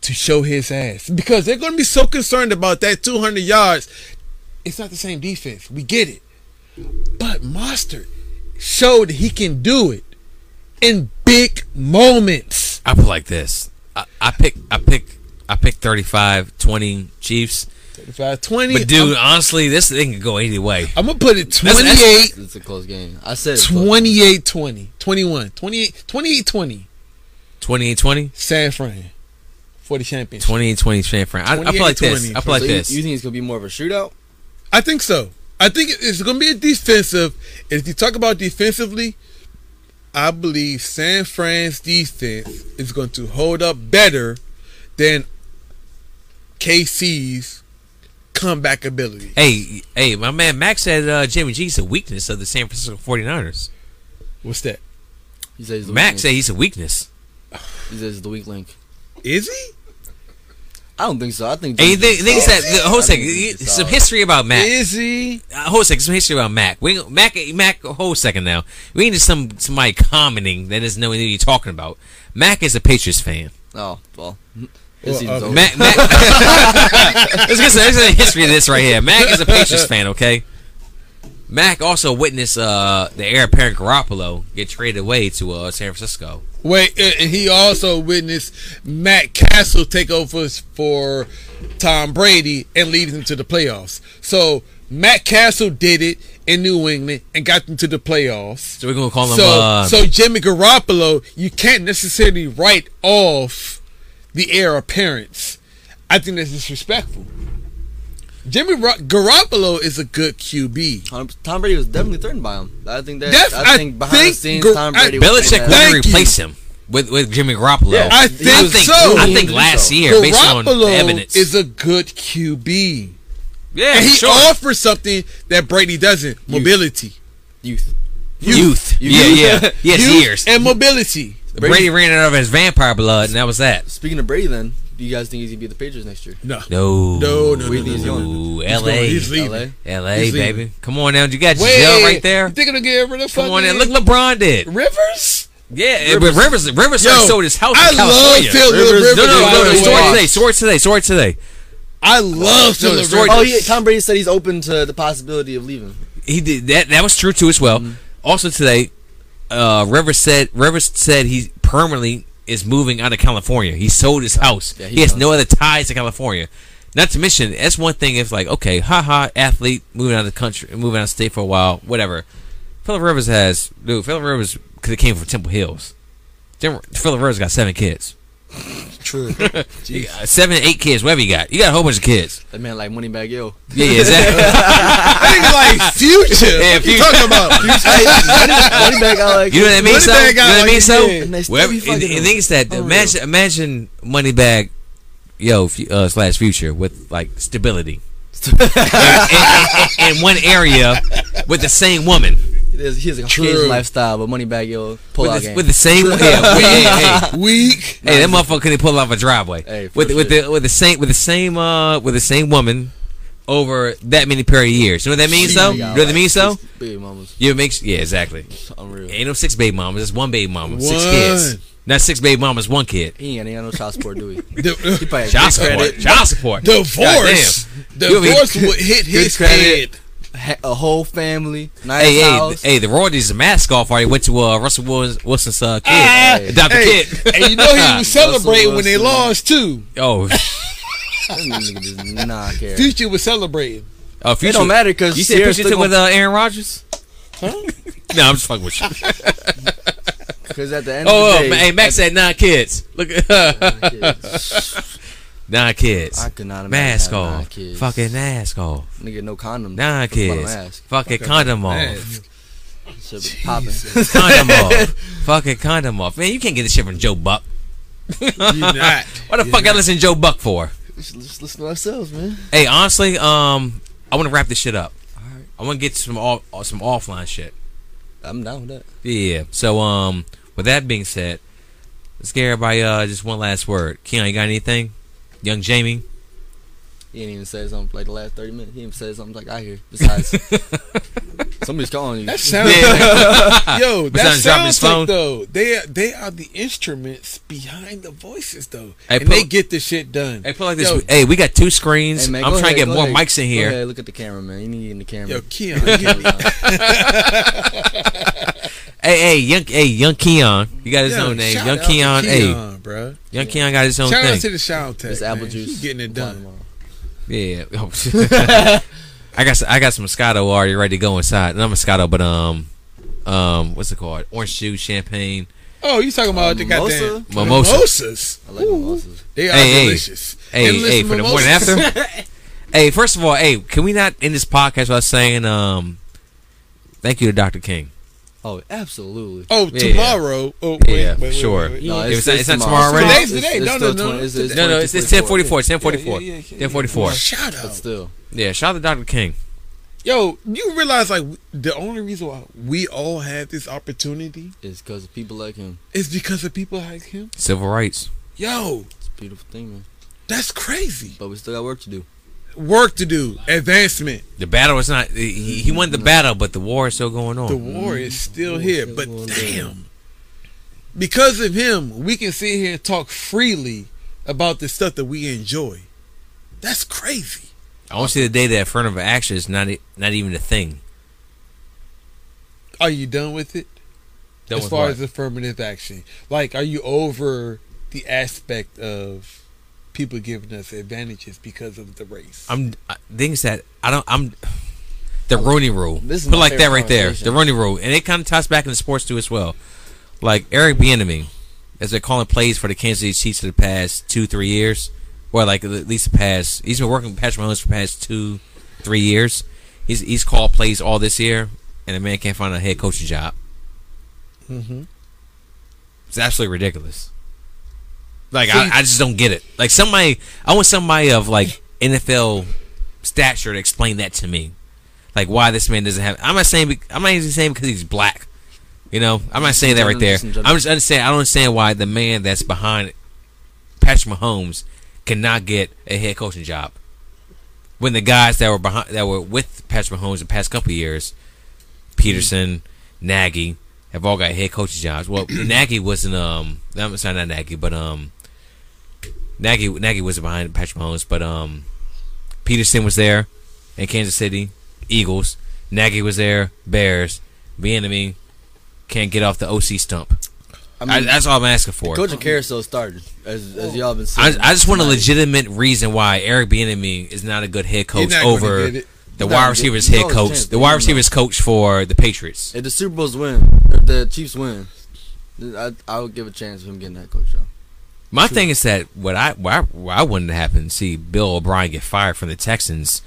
Speaker 4: to show his ass because they're going to be so concerned about that 200 yards. It's not the same defense. We get it. But Mustard showed he can do it in big moments.
Speaker 2: I put it like this. I, I pick. I pick. I pick 35, 20 Chiefs.
Speaker 4: 35 20.
Speaker 2: But dude,
Speaker 4: I'm,
Speaker 2: honestly, this thing could go either way.
Speaker 4: I'm going to put it
Speaker 2: that's-
Speaker 4: 28
Speaker 6: It's a close game. I said it was close.
Speaker 4: 28 20. 21. 28 28 20.
Speaker 2: 28-20?
Speaker 4: San Fran for the championship.
Speaker 2: 28-20 San Fran. I, I put it like this. I put it like
Speaker 6: So you-
Speaker 2: this.
Speaker 6: You, think it's gonna be more of a shootout?
Speaker 4: I think so. I think it's going to be a defensive. If you talk about defensively, I believe San Fran's defense is going to hold up better than KC's comeback ability.
Speaker 2: Hey, hey, my man Max said uh, Jimmy G's a weakness of the San Francisco 49ers.
Speaker 4: What's that?
Speaker 6: You say it's the
Speaker 2: Max said
Speaker 6: weak link.
Speaker 2: he's a weakness.
Speaker 6: You say it's the weak link.
Speaker 4: Is he?
Speaker 6: I don't think so. I think.
Speaker 2: And you think,
Speaker 6: Jimmy
Speaker 2: think
Speaker 6: G's
Speaker 2: that,
Speaker 6: solid.
Speaker 2: hold
Speaker 6: Oh, I
Speaker 2: a second,
Speaker 6: think
Speaker 2: you-
Speaker 6: Jimmy's
Speaker 2: some
Speaker 6: solid.
Speaker 2: history about Mac.
Speaker 4: Is he?
Speaker 2: Uh, hold a second, some history about Mac. We, Mac, Mac, hold a second now. We ain't just some somebody commenting that doesn't know anything you're talking about. Mac is a Patriots fan.
Speaker 6: Oh well.
Speaker 4: Well,
Speaker 6: This season's
Speaker 4: uh,
Speaker 6: over.
Speaker 2: Mac, Mac, let's get some, let's get a history of this right here. Mac is a Patriots fan, okay? Mac also witnessed uh, the heir apparent Garoppolo get traded away to uh, San Francisco.
Speaker 4: Wait, uh, and he also witnessed Matt Castle take over for Tom Brady and lead him to the playoffs. So Matt Castle did it in New England and got them to the playoffs.
Speaker 2: So we're gonna call him.
Speaker 4: So,
Speaker 2: uh,
Speaker 4: so Jimmy Garoppolo, you can't necessarily write off the heir appearance. I think that's disrespectful. Jimmy Ro- Garoppolo is a good QB.
Speaker 6: Tom, Tom Brady was definitely threatened by him. I think that.
Speaker 4: That's-
Speaker 6: I
Speaker 4: I
Speaker 6: think behind the
Speaker 4: think
Speaker 6: scenes,
Speaker 4: Gar-
Speaker 6: Tom
Speaker 4: I-
Speaker 6: Brady. was
Speaker 2: Belichick
Speaker 6: saying that.
Speaker 2: wouldn't
Speaker 4: Thank you.
Speaker 2: replace him with with Jimmy Garoppolo.
Speaker 6: Yeah,
Speaker 4: I
Speaker 2: I
Speaker 4: think
Speaker 2: think
Speaker 4: so.
Speaker 2: I think last year, based on the
Speaker 4: Garoppolo
Speaker 2: evidence,
Speaker 4: is a good QB.
Speaker 2: yeah,
Speaker 4: And he
Speaker 2: sure.
Speaker 4: offers something that Brady doesn't: mobility,
Speaker 6: Youth.
Speaker 2: youth.
Speaker 6: Youth.
Speaker 2: yeah, yeah, yes,
Speaker 4: Youth
Speaker 2: years.
Speaker 4: and mobility.
Speaker 2: Brady, ran out of his vampire blood, and that was that.
Speaker 6: Speaking of Brady, then do you guys think he's gonna be with the Patriots next year?
Speaker 4: No,
Speaker 2: No,
Speaker 4: No, no, no,
Speaker 6: no, no,
Speaker 2: Ooh,
Speaker 4: He's
Speaker 2: L.A.,
Speaker 4: going- he's leaving.
Speaker 6: LA?
Speaker 2: L.A.,
Speaker 4: he's leaving.
Speaker 2: baby. Come on now, you got Giselle right
Speaker 4: You
Speaker 2: there.
Speaker 4: think they're gonna get rid of
Speaker 2: Come on
Speaker 4: fucking
Speaker 2: in. Look, LeBron did.
Speaker 4: Rivers?
Speaker 2: Yeah, Rivers. but Rivers Rivers like, sold his house
Speaker 4: I
Speaker 2: in California.
Speaker 4: love Phil Rivers.
Speaker 2: no, no,
Speaker 4: by
Speaker 2: no, no,
Speaker 4: the
Speaker 2: story
Speaker 4: way.
Speaker 2: today, story today, story today.
Speaker 4: I love
Speaker 2: No,
Speaker 4: Phil
Speaker 2: the
Speaker 4: Rivers.
Speaker 2: story-
Speaker 6: Oh, yeah. Tom Brady said he's open to the possibility of leaving.
Speaker 2: He did that. That was true too as well. Also today, uh, Rivers said Rivers said he permanently is moving out of California. He sold his house.
Speaker 6: Yeah,
Speaker 2: he
Speaker 6: he
Speaker 2: has
Speaker 6: does.
Speaker 2: no other ties to California. Not to mention, that's one thing. If like, okay, haha, athlete moving out of the country, moving out of state for a while, whatever. Philip Rivers has dude. Philip Rivers could have came from Temple Hills. Tim- Philip Rivers got seven kids,
Speaker 4: True.
Speaker 2: He got seven, eight kids, whatever you got. You got a whole bunch of kids.
Speaker 6: That man like money back yo.
Speaker 2: Yeah, yeah, exactly.
Speaker 4: I think like Future.
Speaker 2: Yeah,
Speaker 4: what you
Speaker 2: Future.
Speaker 4: talking about?
Speaker 6: money back I like.
Speaker 2: You know what I mean?
Speaker 4: Money
Speaker 2: So, you know
Speaker 4: Bag got
Speaker 2: what I
Speaker 4: like
Speaker 2: mean?
Speaker 4: he
Speaker 2: So,
Speaker 4: did.
Speaker 6: And they still
Speaker 2: wherever,
Speaker 6: be
Speaker 2: and, and
Speaker 6: fucking
Speaker 2: things
Speaker 4: Oh,
Speaker 2: that
Speaker 6: real.
Speaker 2: imagine, imagine Moneybag, yo, fu- uh, slash future with like stability in, in- in- in one area with the same woman,
Speaker 6: It is- He has a
Speaker 4: True.
Speaker 6: Cajun lifestyle, but money back yo pull out
Speaker 2: with the,
Speaker 6: game.
Speaker 2: with the same, yeah, with- hey, hey,
Speaker 4: Weak.
Speaker 2: hey, that motherfucker couldn't pull off a driveway
Speaker 6: Hey, for
Speaker 2: with the- with
Speaker 6: sure.
Speaker 2: the with the same with the same uh with the same woman over that many period of years. You know what that means,
Speaker 6: They
Speaker 2: though.
Speaker 6: got,
Speaker 2: You know what that
Speaker 6: like,
Speaker 2: means, though.
Speaker 6: six Big mamas,
Speaker 2: You makes yeah, exactly.
Speaker 6: unreal.
Speaker 2: Ain't no six baby mamas. It's one baby mama. Six
Speaker 4: One.
Speaker 2: kids. Not six baby mamas. One kid.
Speaker 6: He ain't got no child support, do he? He
Speaker 4: The- uh,
Speaker 6: probably
Speaker 2: Child
Speaker 6: had good
Speaker 2: support.
Speaker 6: credit,
Speaker 2: Child support.
Speaker 4: Divorce.
Speaker 2: You'll be-
Speaker 4: Divorce would hit his
Speaker 6: credit.
Speaker 4: head.
Speaker 6: ha- a whole family, nice
Speaker 2: Hey, hey,
Speaker 6: house.
Speaker 2: hey, the royalties mask off already went to uh, Russell Wilson's, Wilson's uh, kid.
Speaker 4: Ah,
Speaker 2: Adopted
Speaker 4: hey,
Speaker 2: kid.
Speaker 4: and you know he was celebrating when they
Speaker 6: Wilson.
Speaker 4: lost too.
Speaker 2: oh,
Speaker 6: That nigga does not care.
Speaker 4: Future was celebrating.
Speaker 2: uh, future.
Speaker 6: It don't matter because
Speaker 2: You said future took with uh, Aaron Rodgers? no, I'm just fucking with you.
Speaker 6: Because at the end
Speaker 2: Oh,
Speaker 6: of
Speaker 2: oh
Speaker 6: the
Speaker 2: ma-
Speaker 6: day,
Speaker 2: hey, Max had nine kids. Look, at nine kids.
Speaker 6: I could not imagine
Speaker 2: Mask
Speaker 6: having nine
Speaker 2: off.
Speaker 6: kids.
Speaker 2: Fucking mask off.
Speaker 6: nigga, no condoms.
Speaker 2: Nine
Speaker 6: Fuck about
Speaker 2: kids.
Speaker 6: my ass.
Speaker 2: Fucking condom off.
Speaker 6: Shit be popping.
Speaker 2: Condom off. Fucking condom off. Man, you can't get this shit from Joe Buck.
Speaker 4: You not.
Speaker 2: What the fuck I listen to Joe Buck for?
Speaker 6: Just, just listen to ourselves, man.
Speaker 2: Hey, honestly, um, I want to wrap this shit up. I want to get some off, uh, some offline shit.
Speaker 6: I'm down with that.
Speaker 2: Yeah. So, um, with that being said, let's get everybody uh just one last word. Keon, you got anything? Young Jamie.
Speaker 6: He ain't even said something like the last 30 minutes. He ain't said something like I hear. Besides, somebody's calling you.
Speaker 4: That sounds like, yo. That
Speaker 2: Besides dropping his
Speaker 4: sounds like
Speaker 2: phone.
Speaker 4: though. They are, they are the instruments behind the voices though,
Speaker 2: Hey,
Speaker 4: and they
Speaker 2: put-
Speaker 4: get the shit done.
Speaker 2: Hey, put it like this.
Speaker 4: Yo,
Speaker 2: Hey, we got two screens.
Speaker 6: Hey, man,
Speaker 2: I'm
Speaker 6: go
Speaker 2: trying to
Speaker 6: ahead,
Speaker 2: get
Speaker 6: go
Speaker 2: more
Speaker 6: ahead.
Speaker 2: mics in here.
Speaker 6: Go ahead, look at the camera, man. You need to get in the camera.
Speaker 4: yo, Keon, you-
Speaker 2: Hey, hey, young, hey, young Keon. You got his
Speaker 4: yo,
Speaker 2: own name.
Speaker 4: shout
Speaker 2: Young
Speaker 4: out to
Speaker 2: Keon. Hey,
Speaker 4: Keon, bro.
Speaker 2: young Keon got his own
Speaker 4: Shout out to
Speaker 2: thing.
Speaker 4: the Shout Tech.
Speaker 6: It's apple juice.
Speaker 4: He's getting it
Speaker 6: Apply
Speaker 4: done.
Speaker 6: tomorrow.
Speaker 2: Yeah. Oh. I got s- I got some Moscato already ready to go inside. Not Moscato, but um, um, what's it called? Orange juice, champagne.
Speaker 4: Oh, you talking about the
Speaker 6: Mimosa?
Speaker 4: goddamn
Speaker 2: Mimosa.
Speaker 4: mimosas?
Speaker 6: I like mimosas.
Speaker 4: They are
Speaker 2: Hey, hey.
Speaker 4: delicious.
Speaker 2: Hey,
Speaker 4: Endless
Speaker 2: hey, for the morning
Speaker 4: mimosas.
Speaker 2: after. hey, first of all, hey, can we not end this podcast by saying um, thank you to Dr. King?
Speaker 6: Oh, absolutely.
Speaker 4: Oh,
Speaker 2: Yeah.
Speaker 4: tomorrow. Oh, wait,
Speaker 2: Yeah,
Speaker 4: wait, wait,
Speaker 2: sure.
Speaker 4: wait, wait.
Speaker 6: No,
Speaker 2: If it's not- it's not tomorrow already?
Speaker 4: Today's the day.
Speaker 6: It's-
Speaker 4: No,
Speaker 6: it's still
Speaker 4: no, no.
Speaker 6: 20 it's- it's
Speaker 2: No, no, it's, it's
Speaker 6: 22,
Speaker 2: 1044. It's 1044. 1044.
Speaker 4: Shout out.
Speaker 6: But still,
Speaker 2: Yeah, shout out to Dr. King.
Speaker 4: Yo, you realize like the only reason why we all had this opportunity
Speaker 6: it's because of people like him.
Speaker 4: is because of people like him.
Speaker 2: Civil rights.
Speaker 4: Yo,
Speaker 6: It's a beautiful thing, man.
Speaker 4: that's crazy.
Speaker 6: But we still got work to do.
Speaker 4: Work to do, advancement.
Speaker 2: The battle is not. He, he won the battle, but the war is still going
Speaker 4: The
Speaker 2: on.
Speaker 4: war is still
Speaker 7: War is
Speaker 4: here,
Speaker 7: still
Speaker 4: but
Speaker 7: going
Speaker 4: damn, because of him, we can sit here and talk freely about the stuff that we enjoy. That's crazy.
Speaker 2: I want to see the day that affirmative action is not e- not even a thing.
Speaker 4: Are you done with it?
Speaker 2: Done
Speaker 4: as
Speaker 2: with
Speaker 4: far
Speaker 2: what?
Speaker 4: as affirmative action, like, are you over the aspect of people giving us advantages because of the race?
Speaker 2: I'm I, things that I don't. I'm the Rooney Rule.
Speaker 6: This is
Speaker 2: Put it
Speaker 6: my
Speaker 2: like that
Speaker 6: favorite
Speaker 2: right there. The
Speaker 6: conversation.
Speaker 2: Rooney Rule, and it kind of ties back into sports too as well. Like Eric Bieniemy, as they're calling plays for the Kansas City Chiefs for the past two, three years, or like at least the past. He's been working with Patrick Mahomes for the past two, three years. He's he's called plays all this year, and the man can't find a head coaching job.
Speaker 4: Mhm.
Speaker 2: It's absolutely ridiculous. Like I, I just don't get it. Like somebody, I want somebody of like NFL stature to explain that to me. Like why this man doesn't have. I'm not saying. be- I'm not even saying because he's black. You know, I'm not saying that right there. I'm just understand. I don't understand why the man that's behind Patrick Mahomes cannot get a head coaching job when the guys that were behind that were with Patrick Mahomes the past couple years, Peterson, Nagy, have all got head coaching jobs. Well, Nagy wasn't. Um, I'm sorry, not Nagy, but um, Nagy Nagy wasn't behind Patrick Mahomes, but um, Peterson was there in Kansas City, Eagles. Nagy was there, Bears. Enemy can't get off the OC stump.
Speaker 6: I
Speaker 2: I,
Speaker 6: mean,
Speaker 2: that's all I'm asking for.
Speaker 6: coaching carousel started as, as y'all been
Speaker 2: I,
Speaker 6: saying.
Speaker 2: I just want a legitimate reason why Eric Bieniemy is not a good head coach
Speaker 4: not gonna
Speaker 2: over
Speaker 4: get it.
Speaker 2: the
Speaker 6: He's not
Speaker 2: wide
Speaker 6: gonna
Speaker 2: receivers
Speaker 6: get it.
Speaker 2: head
Speaker 6: No
Speaker 2: coach,
Speaker 6: chance.
Speaker 2: the wide
Speaker 6: No.
Speaker 2: receivers coach for the Patriots.
Speaker 6: If the Super Bowls win, if the Chiefs win, then I I would give a chance of him getting that coach job.
Speaker 2: My thing is that what I what I, what I wouldn't happen see Bill O'Brien get fired from the Texans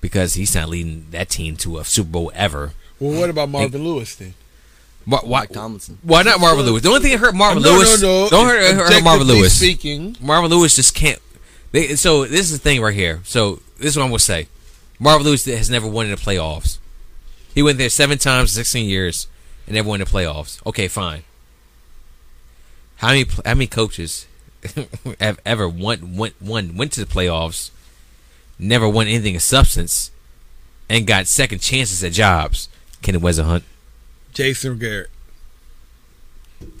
Speaker 2: because he's not leading that team to a Super Bowl ever.
Speaker 4: Well, what about Marvin Lewis then?
Speaker 2: Why, why,
Speaker 6: Mike Tomlinson.
Speaker 2: why not Marvin Lewis? The only thing that hurt Marvin Lewis, don't hurt, hurt, hurt Marvin
Speaker 4: Objectively
Speaker 2: Lewis.
Speaker 4: Speaking,
Speaker 2: Marvin Lewis just can't. They, so this is the thing right here. So this is what I'm gonna say. Marvin Lewis has never won in the playoffs. He went there seven times, in 16 years, and never won the playoffs. Okay, fine. How many pl- how many coaches have ever won went won went to the playoffs, never won anything of substance, and got second chances at jobs? Kenny Wesson Hunt.
Speaker 4: Jason Garrett.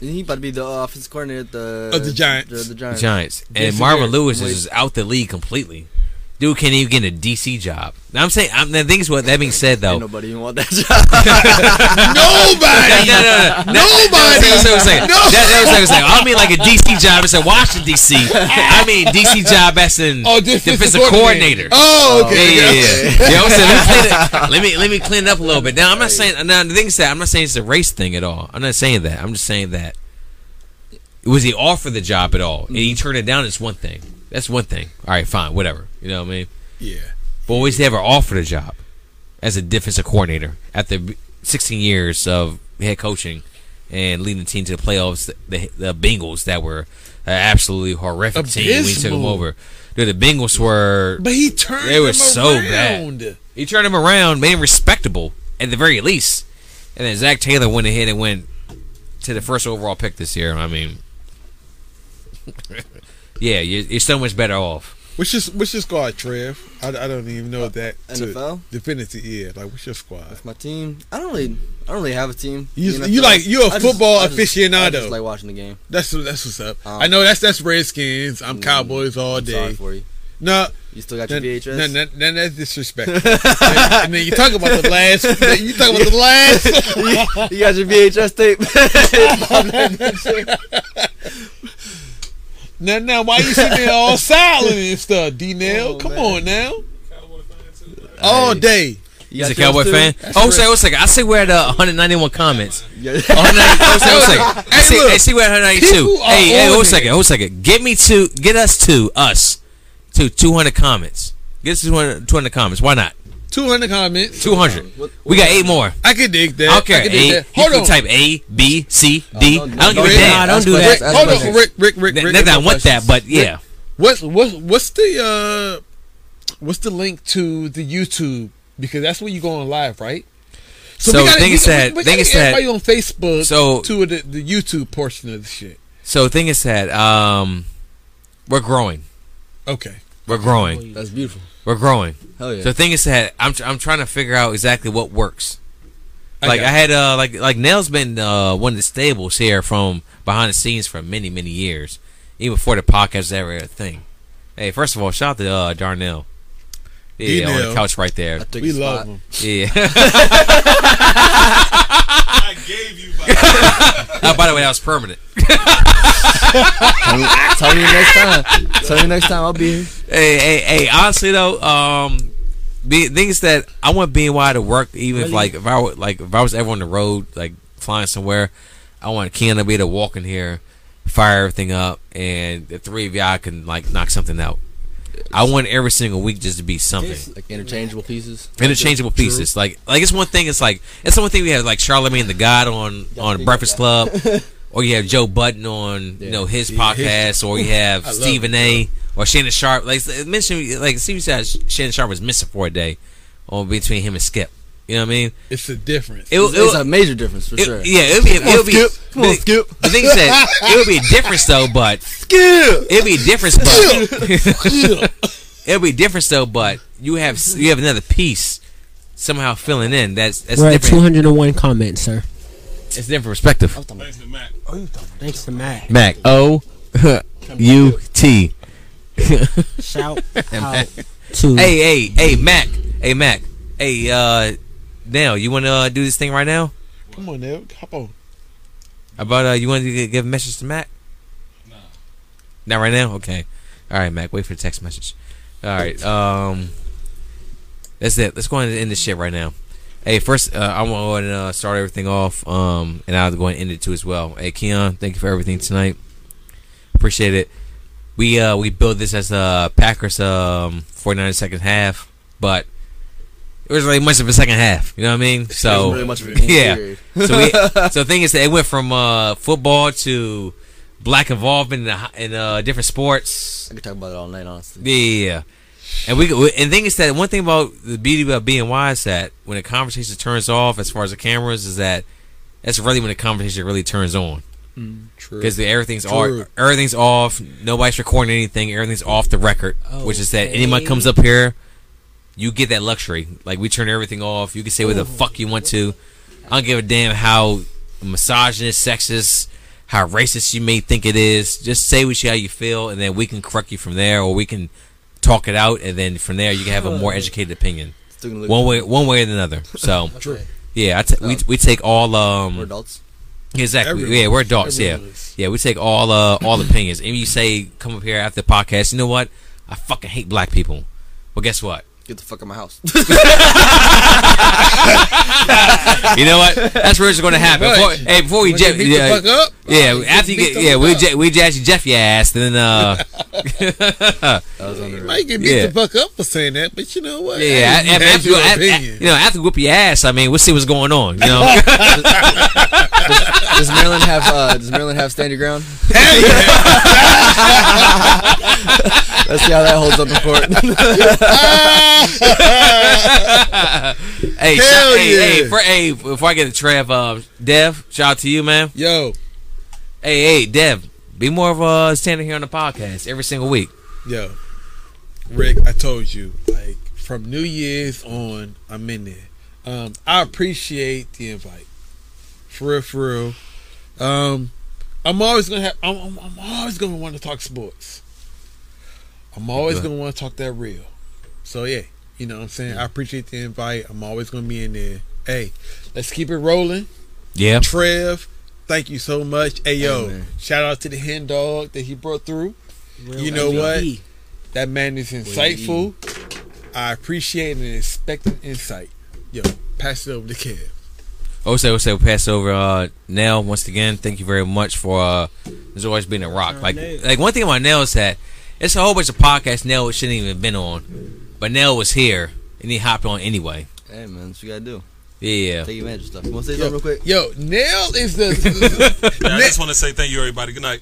Speaker 6: Isn't he about to be the offensive coordinator at the
Speaker 4: Of the Giants.
Speaker 6: The, the
Speaker 2: the
Speaker 6: Giants.
Speaker 2: Giants. And
Speaker 4: Jason
Speaker 2: Marvin
Speaker 4: Garrett.
Speaker 2: Lewis
Speaker 6: Wait.
Speaker 2: is just out the league completely. Dude can't even get a DC job. Now I'm saying I'm, the thing is what that being said
Speaker 6: Ain't
Speaker 2: though.
Speaker 6: nobody even want that job.
Speaker 2: No, no,
Speaker 4: Nobody.
Speaker 2: no, no.
Speaker 4: Nobody.
Speaker 2: That, that was like, that, that was like, was like, I mean like a DC job. It's a Washington DC. I mean DC job as in
Speaker 4: Oh,
Speaker 2: defensive,
Speaker 4: defensive
Speaker 2: coordinator.
Speaker 4: coordinator.
Speaker 2: Yeah,
Speaker 4: Oh, okay.
Speaker 2: yeah, yeah. You know what I'm saying? Let me, clean it, let me let me clean it up a little bit. Now I'm not saying now the thing is that I'm not saying it's a race thing at all. I'm not saying that. I'm just saying that was he offered the job at all and he turned it down. It's one thing. That's one thing. All right, fine, whatever. You know what I mean?
Speaker 4: Yeah.
Speaker 2: But was he ever offered a job as a defensive coordinator after 16 years of head coaching and leading the team to the playoffs? The, the Bengals that were an absolutely horrific team when he took them
Speaker 4: Abysmal.
Speaker 2: over. Dude, the Bengals were.
Speaker 4: But he turned.
Speaker 2: They were
Speaker 4: him
Speaker 2: so
Speaker 4: around.
Speaker 2: He turned him around, made him respectable at the very least. And then Zach Taylor went ahead and went to the first overall pick this year. I mean, yeah, you're, you're so much better off.
Speaker 4: What's your What's your squad, Trev? I, I don't even know that.
Speaker 6: NFL?
Speaker 4: Definitive. Yeah. Like what's your squad?
Speaker 6: My team. I don't really. I don't really have a team.
Speaker 4: You- you
Speaker 6: know, I feel
Speaker 4: like- you're a
Speaker 6: I
Speaker 4: football
Speaker 6: I I
Speaker 4: aficionado. Oh,
Speaker 6: just like watching the game.
Speaker 4: That's that's what's up.
Speaker 6: Um,
Speaker 4: I know that's that's Redskins. I'm
Speaker 6: Mm,
Speaker 4: Cowboys all
Speaker 6: I'm sorry
Speaker 4: day.
Speaker 6: for you.
Speaker 4: No,
Speaker 6: You still got your
Speaker 4: none,
Speaker 6: VHS.
Speaker 4: none, none, none that's disrespectful. and then you talk about the last. You talk about the last.
Speaker 6: you got your VHS tape.
Speaker 4: Now, now, why you sitting there all silent and stuff, D. Nail?
Speaker 6: Oh,
Speaker 4: Come
Speaker 6: man.
Speaker 4: on now. All
Speaker 6: Hey.
Speaker 4: day.
Speaker 6: You
Speaker 2: He's
Speaker 6: got
Speaker 2: a Cowboy
Speaker 6: yours,
Speaker 2: fan.
Speaker 6: too?
Speaker 2: Oh, say, one second. I see we're at uh, 191 comments.
Speaker 6: You got-
Speaker 2: 190 oh, say, one second. I
Speaker 4: Hey,
Speaker 2: see,
Speaker 4: look.
Speaker 2: I see we're at 192.
Speaker 4: People are
Speaker 2: Hey, hey,
Speaker 4: on
Speaker 2: hold a
Speaker 4: it.
Speaker 2: second. Hold a second. Get me to, get us to, us, to 200 comments. Get us to 200, 200 comments. Why not?
Speaker 4: 200 comments.
Speaker 2: 200. we got eight more.
Speaker 4: I could dig that.
Speaker 2: I don't care.
Speaker 4: I could
Speaker 2: A,
Speaker 4: dig
Speaker 2: you
Speaker 4: that.
Speaker 2: can
Speaker 4: Hold on.
Speaker 2: type A, B, C, D.
Speaker 6: Oh, no,
Speaker 2: I don't
Speaker 6: no,
Speaker 2: give a
Speaker 4: no,
Speaker 2: damn.
Speaker 7: no, don't do
Speaker 6: Ask
Speaker 7: that.
Speaker 4: Hold
Speaker 6: questions, ask
Speaker 4: on,
Speaker 6: questions.
Speaker 4: Rick, Rick, Rick,
Speaker 2: N-
Speaker 4: Rick.
Speaker 2: Not that I want that, but yeah.
Speaker 4: What's what's what's the uh what's the link to the YouTube? Because that's where you go on live, right?
Speaker 2: So,
Speaker 4: we gotta-
Speaker 2: thing
Speaker 4: we
Speaker 2: is
Speaker 4: gotta-
Speaker 2: that,
Speaker 4: we
Speaker 2: thing
Speaker 4: gotta
Speaker 2: is
Speaker 4: get
Speaker 2: that,
Speaker 4: everybody on Facebook
Speaker 2: So-
Speaker 4: to the, the YouTube portion of the shit.
Speaker 2: so thing is that, um, we're growing.
Speaker 4: Okay.
Speaker 2: We're growing.
Speaker 6: That's beautiful.
Speaker 2: We're growing.
Speaker 6: Hell yeah.
Speaker 2: So thing is that I'm tr- I'm trying to figure out exactly what works. Like
Speaker 4: Okay.
Speaker 2: I had uh like like Nail's been uh one of the stables here from behind the scenes for many many years, even before the podcast was ever a thing. Hey, first of all, shout out to uh, Darnell. Yeah, on the
Speaker 4: D-Nail.
Speaker 2: couch right there.
Speaker 6: I took
Speaker 4: We
Speaker 6: your
Speaker 4: love
Speaker 6: spot.
Speaker 4: them.
Speaker 2: Yeah.
Speaker 5: I gave you. my-
Speaker 2: oh, by the way, that was permanent.
Speaker 6: Tell me, tell me next time. Tell me next time. I'll be here.
Speaker 2: Hey, hey, hey! Honestly though, um, the things that I want BNY to work, even if
Speaker 7: Really?
Speaker 2: like if I were, like if I was ever on the road, like flying somewhere, I want Ken to be able to walk in here, fire everything up, and the three of y'all can like knock something out. I want every single week just to be something
Speaker 6: Like interchangeable pieces.
Speaker 2: interchangeable pieces. Like like it's one thing. It's like it's one thing we have like Charlemagne the God on on
Speaker 6: think
Speaker 2: Breakfast Club, or you have Joe Button on you know his podcast, or you have Stephen A. or Shannon Sharp. Like s- mention like Stephen said, Shannon Sharp was missing for a day, on between him and Skip. You know what I mean?
Speaker 4: It's the difference.
Speaker 2: It,
Speaker 6: It's,
Speaker 2: it,
Speaker 6: it's a major difference for
Speaker 2: it-
Speaker 6: sure.
Speaker 2: Yeah, it'll be. it'll be
Speaker 6: Skip. Come on,
Speaker 2: the-
Speaker 6: Skip.
Speaker 2: The thing is that it would be a difference though, but
Speaker 6: Skip.
Speaker 2: it'll be a difference, but it'll be a difference though. But you have you have another piece somehow filling in. That's that's
Speaker 7: We're at
Speaker 2: different.
Speaker 7: 201 comments, sir.
Speaker 2: It's different perspective.
Speaker 5: Thanks to Mac.
Speaker 7: Thanks to Matt.
Speaker 2: Mac O U T.
Speaker 7: Shout out to
Speaker 2: Hey, hey, hey, Mac. Hey, Mac. Hey, uh, now you want to uh, do this thing right now?
Speaker 4: Come on now, hop on.
Speaker 2: About uh, you want to give a message to Mac? No. Not right now. Okay. All right, Mac. Wait for the text message. All right. Um. That's it. Let's go ahead and end this shit right now. Hey, first, uh, I want to go ahead and uh, start everything off, um, and I'll go ahead and end it too as well. Hey, Keon, thank you for everything tonight. Appreciate it. We uh we built this as a Packers um 49 second half, but it wasn't really much of a second half. You know what I mean? So
Speaker 6: Wasn't really much of a game
Speaker 2: yeah.
Speaker 6: period.
Speaker 2: so we, so the thing is that it went from uh, football to black involvement in, the, hi- in uh, different sports.
Speaker 6: I could talk about it all night, honestly.
Speaker 2: Yeah, yeah, yeah. And we, we and the thing is that one thing about the beauty about being wise that when the conversation turns off as far as the cameras is that that's really when the conversation really turns on
Speaker 4: Mm, True.
Speaker 2: because everything's
Speaker 4: True.
Speaker 2: off, everything's off. Nobody's recording anything. Everything's off the record, which is that anyone
Speaker 7: Okay.
Speaker 2: comes up here, you get that luxury. Like we turn everything off. You can say what
Speaker 4: Oh.
Speaker 2: the fuck you want to. I don't give a damn how misogynist, sexist, how racist you may think it is. Just say what you, how you feel, and then we can correct you from there, or we can talk it out, and then from there you can have a more educated opinion,
Speaker 6: Still gonna look
Speaker 2: one way, one way or the other. So,
Speaker 6: True.
Speaker 2: yeah, I t- we we take all um
Speaker 6: We're adults.
Speaker 2: Exactly.
Speaker 4: Everyone.
Speaker 2: Yeah, we're adults.
Speaker 4: Everyone
Speaker 2: yeah,
Speaker 4: is.
Speaker 2: yeah. We take all uh all opinions, and you say come up here after the podcast. You know what? I fucking hate black people. Well, guess what?
Speaker 6: Get the fuck out of my house.
Speaker 2: You know what? That's where it's going to happen.
Speaker 4: Right.
Speaker 2: Before, hey, before we
Speaker 4: When
Speaker 2: jeff,
Speaker 4: they beat the
Speaker 2: yeah,
Speaker 4: fuck up,
Speaker 2: yeah.
Speaker 4: oh, they
Speaker 2: after you
Speaker 4: beat
Speaker 2: get,
Speaker 4: the
Speaker 2: yeah,
Speaker 4: fuck
Speaker 2: we
Speaker 4: up.
Speaker 2: je- we judge you Jeff your ass, and then uh,
Speaker 6: That was under.
Speaker 4: might get beat
Speaker 2: Yeah.
Speaker 4: the fuck up for saying that, but you know what?
Speaker 2: yeah, after,
Speaker 4: Hey, you
Speaker 2: after,
Speaker 4: have your
Speaker 2: after-
Speaker 4: opinion.
Speaker 2: you know, after whoop your ass. I mean, we'll see what's going on. You know,
Speaker 6: Does Maryland have uh, Does Maryland have stand your ground? Let's see how that holds up in court.
Speaker 2: hey, shout,
Speaker 4: Hell
Speaker 2: hey, hey,
Speaker 4: yeah.
Speaker 2: for, hey, before I get to Trev, uh, Dev, shout out to you, man.
Speaker 4: Yo,
Speaker 2: Hey, hey, Dev, be more of uh standing here on the podcast every single week.
Speaker 4: yo, Rick, I told you, like from New Year's on, I'm in there. Um, I appreciate the invite, for real, for real. Um, I'm always gonna have. I'm, I'm, I'm always gonna want to talk sports. I'm always
Speaker 2: Good.
Speaker 4: gonna want to talk that real. So yeah, you know what I'm saying. I appreciate the invite. I'm always gonna be in there. Hey, let's keep it rolling.
Speaker 2: Yeah.
Speaker 4: Trev, thank you so much. Hey yo,
Speaker 6: man.
Speaker 4: shout out to the hen dog that he brought through. you know
Speaker 7: MVP.
Speaker 4: what? That man is insightful. I appreciate and expect an insight. Yo, pass it over to Kev.
Speaker 2: Ose, Ose, we'll pass over uh, Nell once again. Thank you very much for uh, there's always been a rock. Like, like one thing about Nell is that it's a whole bunch of podcasts Nell shouldn't even been on, but Nell was here and he hopped on anyway.
Speaker 6: hey man, that's what you gotta do.
Speaker 2: Yeah,
Speaker 6: Take advantage of stuff. You wanna say
Speaker 4: Yo,
Speaker 6: something real quick?
Speaker 4: yo Nail is the
Speaker 5: Yeah, I just want to say thank you, everybody. Good night.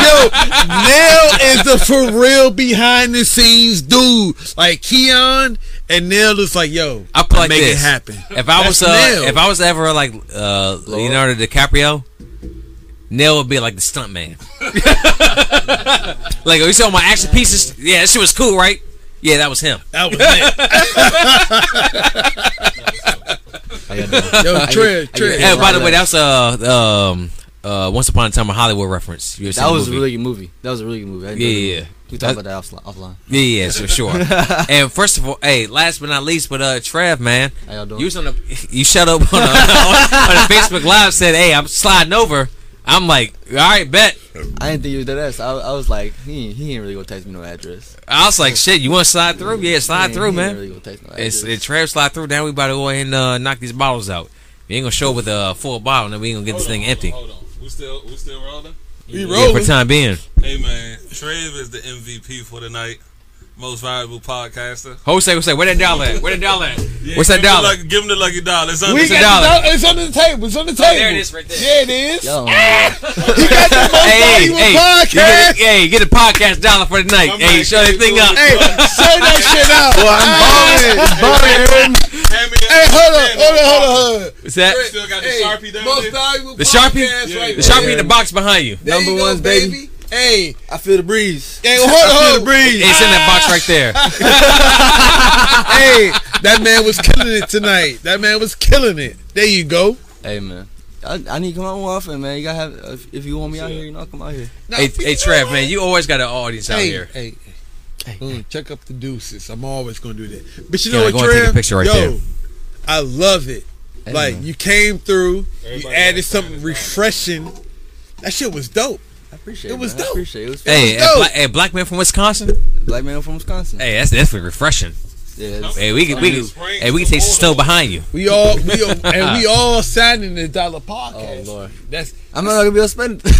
Speaker 4: yo Nail is the for real behind the scenes dude. Like Keon and Nail is like yo,
Speaker 2: I play like
Speaker 4: make
Speaker 2: this.
Speaker 4: it happen.
Speaker 2: If I was
Speaker 4: That's
Speaker 2: uh,
Speaker 4: Nell.
Speaker 2: if I was ever like uh, Leonardo DiCaprio, Nell would be like the stunt man. like, oh, you saw my action pieces? Yeah, that shit was cool, right? Yeah, that was him.
Speaker 4: That was it.
Speaker 6: I gotta do.
Speaker 4: Yo, Trev, Trev.
Speaker 2: Hey, by the
Speaker 6: Yeah.
Speaker 2: way, that's uh um uh Once Upon a Time a Hollywood reference. You ever seen
Speaker 6: That
Speaker 2: the
Speaker 6: was a
Speaker 2: movie?
Speaker 6: really good movie. That was a really good movie. I didn't
Speaker 2: Yeah,
Speaker 6: know that
Speaker 2: yeah,
Speaker 6: movie.
Speaker 2: yeah.
Speaker 6: We
Speaker 2: That-
Speaker 6: talked about that offline. offline.
Speaker 2: Yeah, yeah, so sure. and first of all, hey, last but not least, but uh, Trev, man,
Speaker 6: How y'all doing?
Speaker 2: you was on the you shut up on a, on a Facebook Live said, hey, I'm sliding over. I'm like, all right, bet.
Speaker 6: I didn't think you was that ass. I, I was like, he ain't- he ain't really gonna text me no address.
Speaker 2: I was like, shit, you want to slide through? Yeah, slide
Speaker 6: He ain't-
Speaker 2: through,
Speaker 6: he Ain't
Speaker 2: man.
Speaker 6: really gonna text no address.
Speaker 2: It's it Trev slide through. Now we about to go ahead and uh, knock these bottles out. You ain't gonna show up with a full bottle, and then we ain't gonna get this thing empty.
Speaker 5: Hold on. We still we still rolling.
Speaker 4: We
Speaker 2: Yeah, for
Speaker 4: rolling.
Speaker 2: time being.
Speaker 5: Hey man, Trev is the MVP for tonight. Most valuable podcaster.
Speaker 2: Jose, Jose, where that dollar at? Where that dollar at?
Speaker 5: Yeah,
Speaker 2: What's that
Speaker 5: give him the
Speaker 2: dollar?
Speaker 5: lucky- give him the lucky dollar. It's under
Speaker 4: We
Speaker 5: the
Speaker 2: dollar.
Speaker 4: got the, it's under the table. It's on the table.
Speaker 2: Oh, there it is right there.
Speaker 4: Yeah, it is.
Speaker 6: Yo,
Speaker 4: You got the most
Speaker 2: hey,
Speaker 4: valuable
Speaker 2: hey,
Speaker 4: podcast.
Speaker 2: You get a, hey, get a podcast dollar for the night.
Speaker 5: I'm
Speaker 2: hey,
Speaker 5: like,
Speaker 2: show that
Speaker 5: hey,
Speaker 2: thing
Speaker 5: dude.
Speaker 2: up.
Speaker 4: Hey, show that shit out.
Speaker 5: Hand me a-
Speaker 4: Hey, hold on, hold on, hold on, hold on.
Speaker 2: What's that?
Speaker 5: Still got the
Speaker 4: Hey,
Speaker 5: Sharpie down
Speaker 4: most
Speaker 5: there?
Speaker 4: valuable
Speaker 2: The Sharpie?
Speaker 4: podcast
Speaker 5: Yeah,
Speaker 4: right
Speaker 2: The Sharpie
Speaker 4: there.
Speaker 2: in the box behind you.
Speaker 4: There you
Speaker 6: Number
Speaker 4: go,
Speaker 6: ones, baby.
Speaker 4: Hey,
Speaker 6: I feel the breeze.
Speaker 4: hey, hold on,
Speaker 2: It's in that box right there.
Speaker 4: hey, that man was killing it tonight. That man was killing it. There you go.
Speaker 6: Hey man, I, I need to come out more often, man. You gotta have uh, if, if you want me out here, you know, I'll come out here.
Speaker 4: Now,
Speaker 2: hey,
Speaker 4: you
Speaker 2: hey,
Speaker 4: know
Speaker 2: Trav,
Speaker 4: what?
Speaker 2: man, you always got an audience out
Speaker 4: hey,
Speaker 2: here.
Speaker 4: Hey, hey, Mm, check up the deuces. I'm always gonna do that. But you
Speaker 2: Yeah,
Speaker 4: know
Speaker 2: like,
Speaker 4: what,
Speaker 2: go and take a
Speaker 4: Trav?
Speaker 2: picture right
Speaker 4: Yo,
Speaker 2: there.
Speaker 4: I love it.
Speaker 6: Hey,
Speaker 4: like
Speaker 6: man.
Speaker 4: you came through,
Speaker 5: Everybody
Speaker 4: you added
Speaker 5: got
Speaker 4: something refreshing. That shit was dope.
Speaker 6: I appreciate
Speaker 4: It
Speaker 6: it.
Speaker 4: was
Speaker 6: man.
Speaker 4: dope.
Speaker 6: I appreciate it. It was fun.
Speaker 2: Hey,
Speaker 4: Let's
Speaker 2: a
Speaker 4: go.
Speaker 2: bla- hey, black man from Wisconsin.
Speaker 6: Black man from Wisconsin.
Speaker 2: Hey, that's definitely refreshing.
Speaker 6: Yeah, it's-
Speaker 2: Hey, we can, we can, hey, we can taste the snow behind you.
Speaker 4: We all we all, and we all signing the dollar podcast.
Speaker 6: Oh, Lord.
Speaker 4: That's
Speaker 6: I'm not gonna be able to spend. it.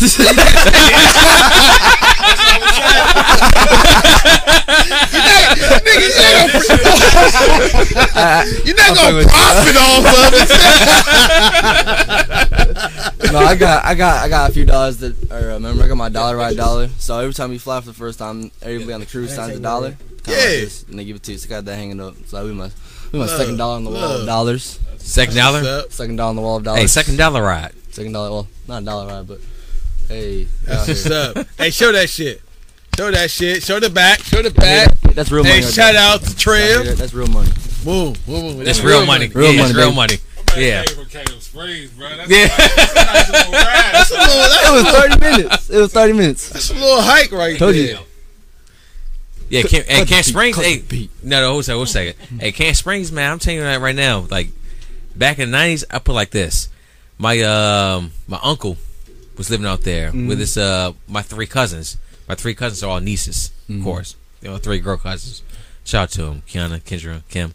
Speaker 4: nigga, you're not gonna, you're not gonna profit off of it.
Speaker 6: no, I got, I got, I got a few dollars that. Or remember, I got my dollar right dollar. So every time you fly for the first time, everybody on the cruise signs a dollar. Kinda
Speaker 4: Yeah.
Speaker 6: this, and they give it to you. So I got that hanging up. So we must, we must
Speaker 4: Love,
Speaker 6: second dollar on the wall
Speaker 4: love.
Speaker 6: of dollars.
Speaker 2: Second dollar.
Speaker 6: Second dollar on the wall of dollars.
Speaker 2: Hey, second dollar ride.
Speaker 6: Second dollar. Well, not a dollar ride, but hey,
Speaker 4: That's
Speaker 6: out here.
Speaker 4: what's up. Hey, show that shit. Show that shit. Show the back. Show the back.
Speaker 6: that's real money.
Speaker 4: Hey,
Speaker 6: right
Speaker 4: shout
Speaker 6: there.
Speaker 4: out to
Speaker 6: Out
Speaker 4: Trev.
Speaker 6: here, That's real money.
Speaker 4: Boom, boom, boom.
Speaker 2: That's real money.
Speaker 6: Real
Speaker 2: yeah, it's
Speaker 6: money,
Speaker 2: real
Speaker 6: baby.
Speaker 2: money. Yeah.
Speaker 5: Yeah. From Caleb Springs, bro. That's yeah. That's a nice little ride. That's a
Speaker 6: it was 30 minutes. It was 30 minutes.
Speaker 4: That's a little hike right
Speaker 6: Told you.
Speaker 4: there.
Speaker 2: Yeah, Camp, hey,
Speaker 6: cut the
Speaker 2: Camp
Speaker 6: beat,
Speaker 2: Springs.
Speaker 6: cut the
Speaker 2: Hey,
Speaker 6: beat.
Speaker 2: no, no, hold on, hold a second. Hey, Camp Springs, man, I'm telling you that right now. Like back in the '90s, I put it like this. My um, my uncle was living out there
Speaker 6: Mm-hmm.
Speaker 2: with his uh, my three cousins. My three cousins are all nieces,
Speaker 6: Mm-hmm.
Speaker 2: of course. You know, three girl cousins. Shout out to them, Kiana, Kendra, Kim.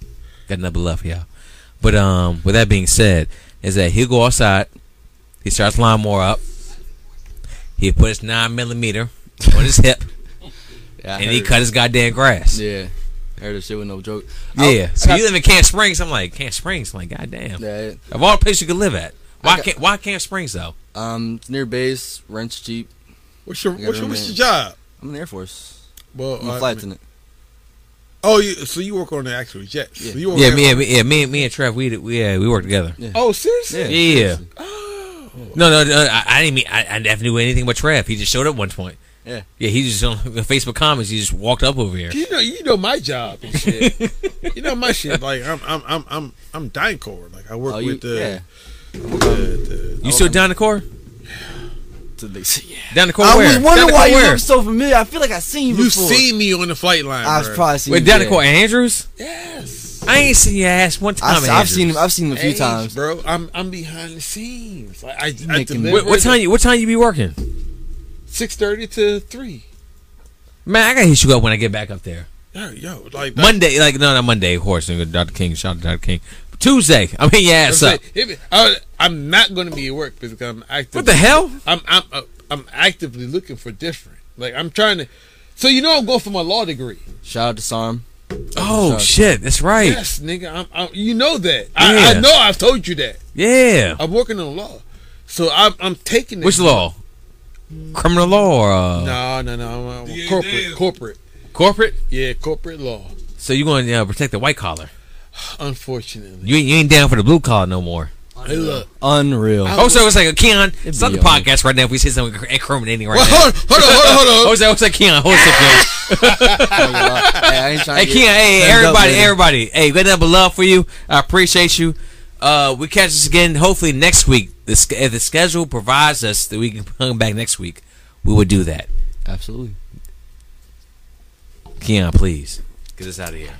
Speaker 2: Got another love for y'all. But um, with that being said, is that he'll go outside, he starts lawnmower up, he put his nine millimeter on his hip,
Speaker 6: Yeah, I
Speaker 2: and he
Speaker 6: heard.
Speaker 2: cut his goddamn grass.
Speaker 6: Yeah, heard this shit with no joke. I-
Speaker 2: Yeah.
Speaker 6: I
Speaker 2: So
Speaker 6: got-
Speaker 2: you live in Camp Springs. I'm like, Camp Springs? I'm like, goddamn.
Speaker 6: Yeah, it-
Speaker 2: Of all the places you could live at. Why
Speaker 6: I got-
Speaker 2: can't why Camp Springs though?
Speaker 6: um, it's near base, rent's cheap.
Speaker 4: What's your,
Speaker 6: Yeah,
Speaker 4: what's your,
Speaker 6: man.
Speaker 4: what's your job?
Speaker 6: I'm in the Air Force.
Speaker 4: Well,
Speaker 6: I'm
Speaker 4: uh,
Speaker 6: a flight attendant.
Speaker 4: Oh, you, so you work on the actual jets.
Speaker 6: Yeah.
Speaker 4: So you work
Speaker 2: Yeah,
Speaker 4: on-
Speaker 2: me, yeah, me, yeah, me, and- me and Trev, we we uh, we work together.
Speaker 4: Oh, seriously?
Speaker 6: Yeah.
Speaker 2: Yeah. No, no, no I, I didn't mean I, I never knew anything about Trev. He just showed up one point.
Speaker 6: Yeah.
Speaker 2: Yeah, he just on the Facebook comments. He just walked up over here.
Speaker 4: You know, you know my job and shit. you know my shit. Like I'm, I'm, I'm, I'm, I'm Dyncore. Like I work
Speaker 6: Oh, you,
Speaker 4: with the,
Speaker 6: yeah. Um,
Speaker 4: the,
Speaker 2: You still down the core?
Speaker 6: to the, yeah.
Speaker 2: Down the core
Speaker 6: I
Speaker 2: where?
Speaker 6: always wonder
Speaker 2: down the
Speaker 6: why
Speaker 2: core
Speaker 6: you
Speaker 2: where?
Speaker 6: look so familiar. I feel like I seen you
Speaker 4: you
Speaker 6: before.
Speaker 4: see me on the flight line.
Speaker 6: I've
Speaker 4: bruh.
Speaker 6: probably seen
Speaker 2: Wait,
Speaker 6: you.
Speaker 2: down the
Speaker 6: yeah.
Speaker 2: core Andrews?
Speaker 4: yes,
Speaker 2: I ain't seen your ass one time.
Speaker 6: I've,
Speaker 2: at
Speaker 6: I've seen him.
Speaker 2: Andrews.
Speaker 6: I've seen him a few
Speaker 4: Hey,
Speaker 6: times.
Speaker 4: bro. I'm, I'm behind the scenes. Like I, I
Speaker 6: making-
Speaker 4: deliver
Speaker 2: What, what time you what time you be working?
Speaker 4: Six thirty to three.
Speaker 2: Man, I gotta hit you up when I get back up there.
Speaker 4: Yo, yo, like
Speaker 2: Monday, like no, not Monday. Of course, nigga, Dr. King. Shout out to Dr. King. Tuesday, I'm in your
Speaker 4: I'm,
Speaker 2: ass
Speaker 4: saying,
Speaker 2: up.
Speaker 4: if it- I, am not going to be at work because I'm active.
Speaker 2: What the hell?
Speaker 4: I'm I'm uh, I'm actively looking for different. Like I'm trying to. So you know I'm going for my law degree.
Speaker 6: Shout out to Sarm.
Speaker 2: Oh
Speaker 6: Shout out.
Speaker 2: shit, that's right.
Speaker 4: Yes, nigga. I'm, I'm, you know that. I,
Speaker 2: Yeah.
Speaker 4: I know I've told you that.
Speaker 2: Yeah.
Speaker 4: I'm working on law, so I'm I'm taking it.
Speaker 2: Which law? Criminal law or uh,
Speaker 4: No, no, no. I'm, I'm
Speaker 5: DA
Speaker 4: corporate,
Speaker 5: Dale.
Speaker 4: corporate.
Speaker 2: corporate?
Speaker 4: Yeah, corporate law.
Speaker 2: So you going to uh, protect the white collar?
Speaker 4: Unfortunately,
Speaker 2: You, ain't- you ain't down for the blue collar no more.
Speaker 4: hey, look.
Speaker 6: Unreal.
Speaker 4: I-
Speaker 2: Also, it's like a Keon. It's not
Speaker 6: be
Speaker 2: the
Speaker 6: on.
Speaker 2: podcast right now. If we say something incriminating right
Speaker 4: Well,
Speaker 2: now.
Speaker 4: hold, hold on, hold on, hold on.
Speaker 2: Oh, it's like, it's like Keon. Hold up, Keon.
Speaker 6: Hey, I ain't trying
Speaker 2: Hey,
Speaker 6: to
Speaker 2: Keon.
Speaker 6: get
Speaker 2: Hey,
Speaker 6: thumbs up,
Speaker 2: everybody,
Speaker 6: man.
Speaker 2: everybody. Hey, got nothing but love for you. I appreciate you. Uh, we catch us again hopefully next week. The, sch- if the schedule provides us that we can come back next week, we would do that.
Speaker 6: Absolutely.
Speaker 2: Keon, please get us out of here.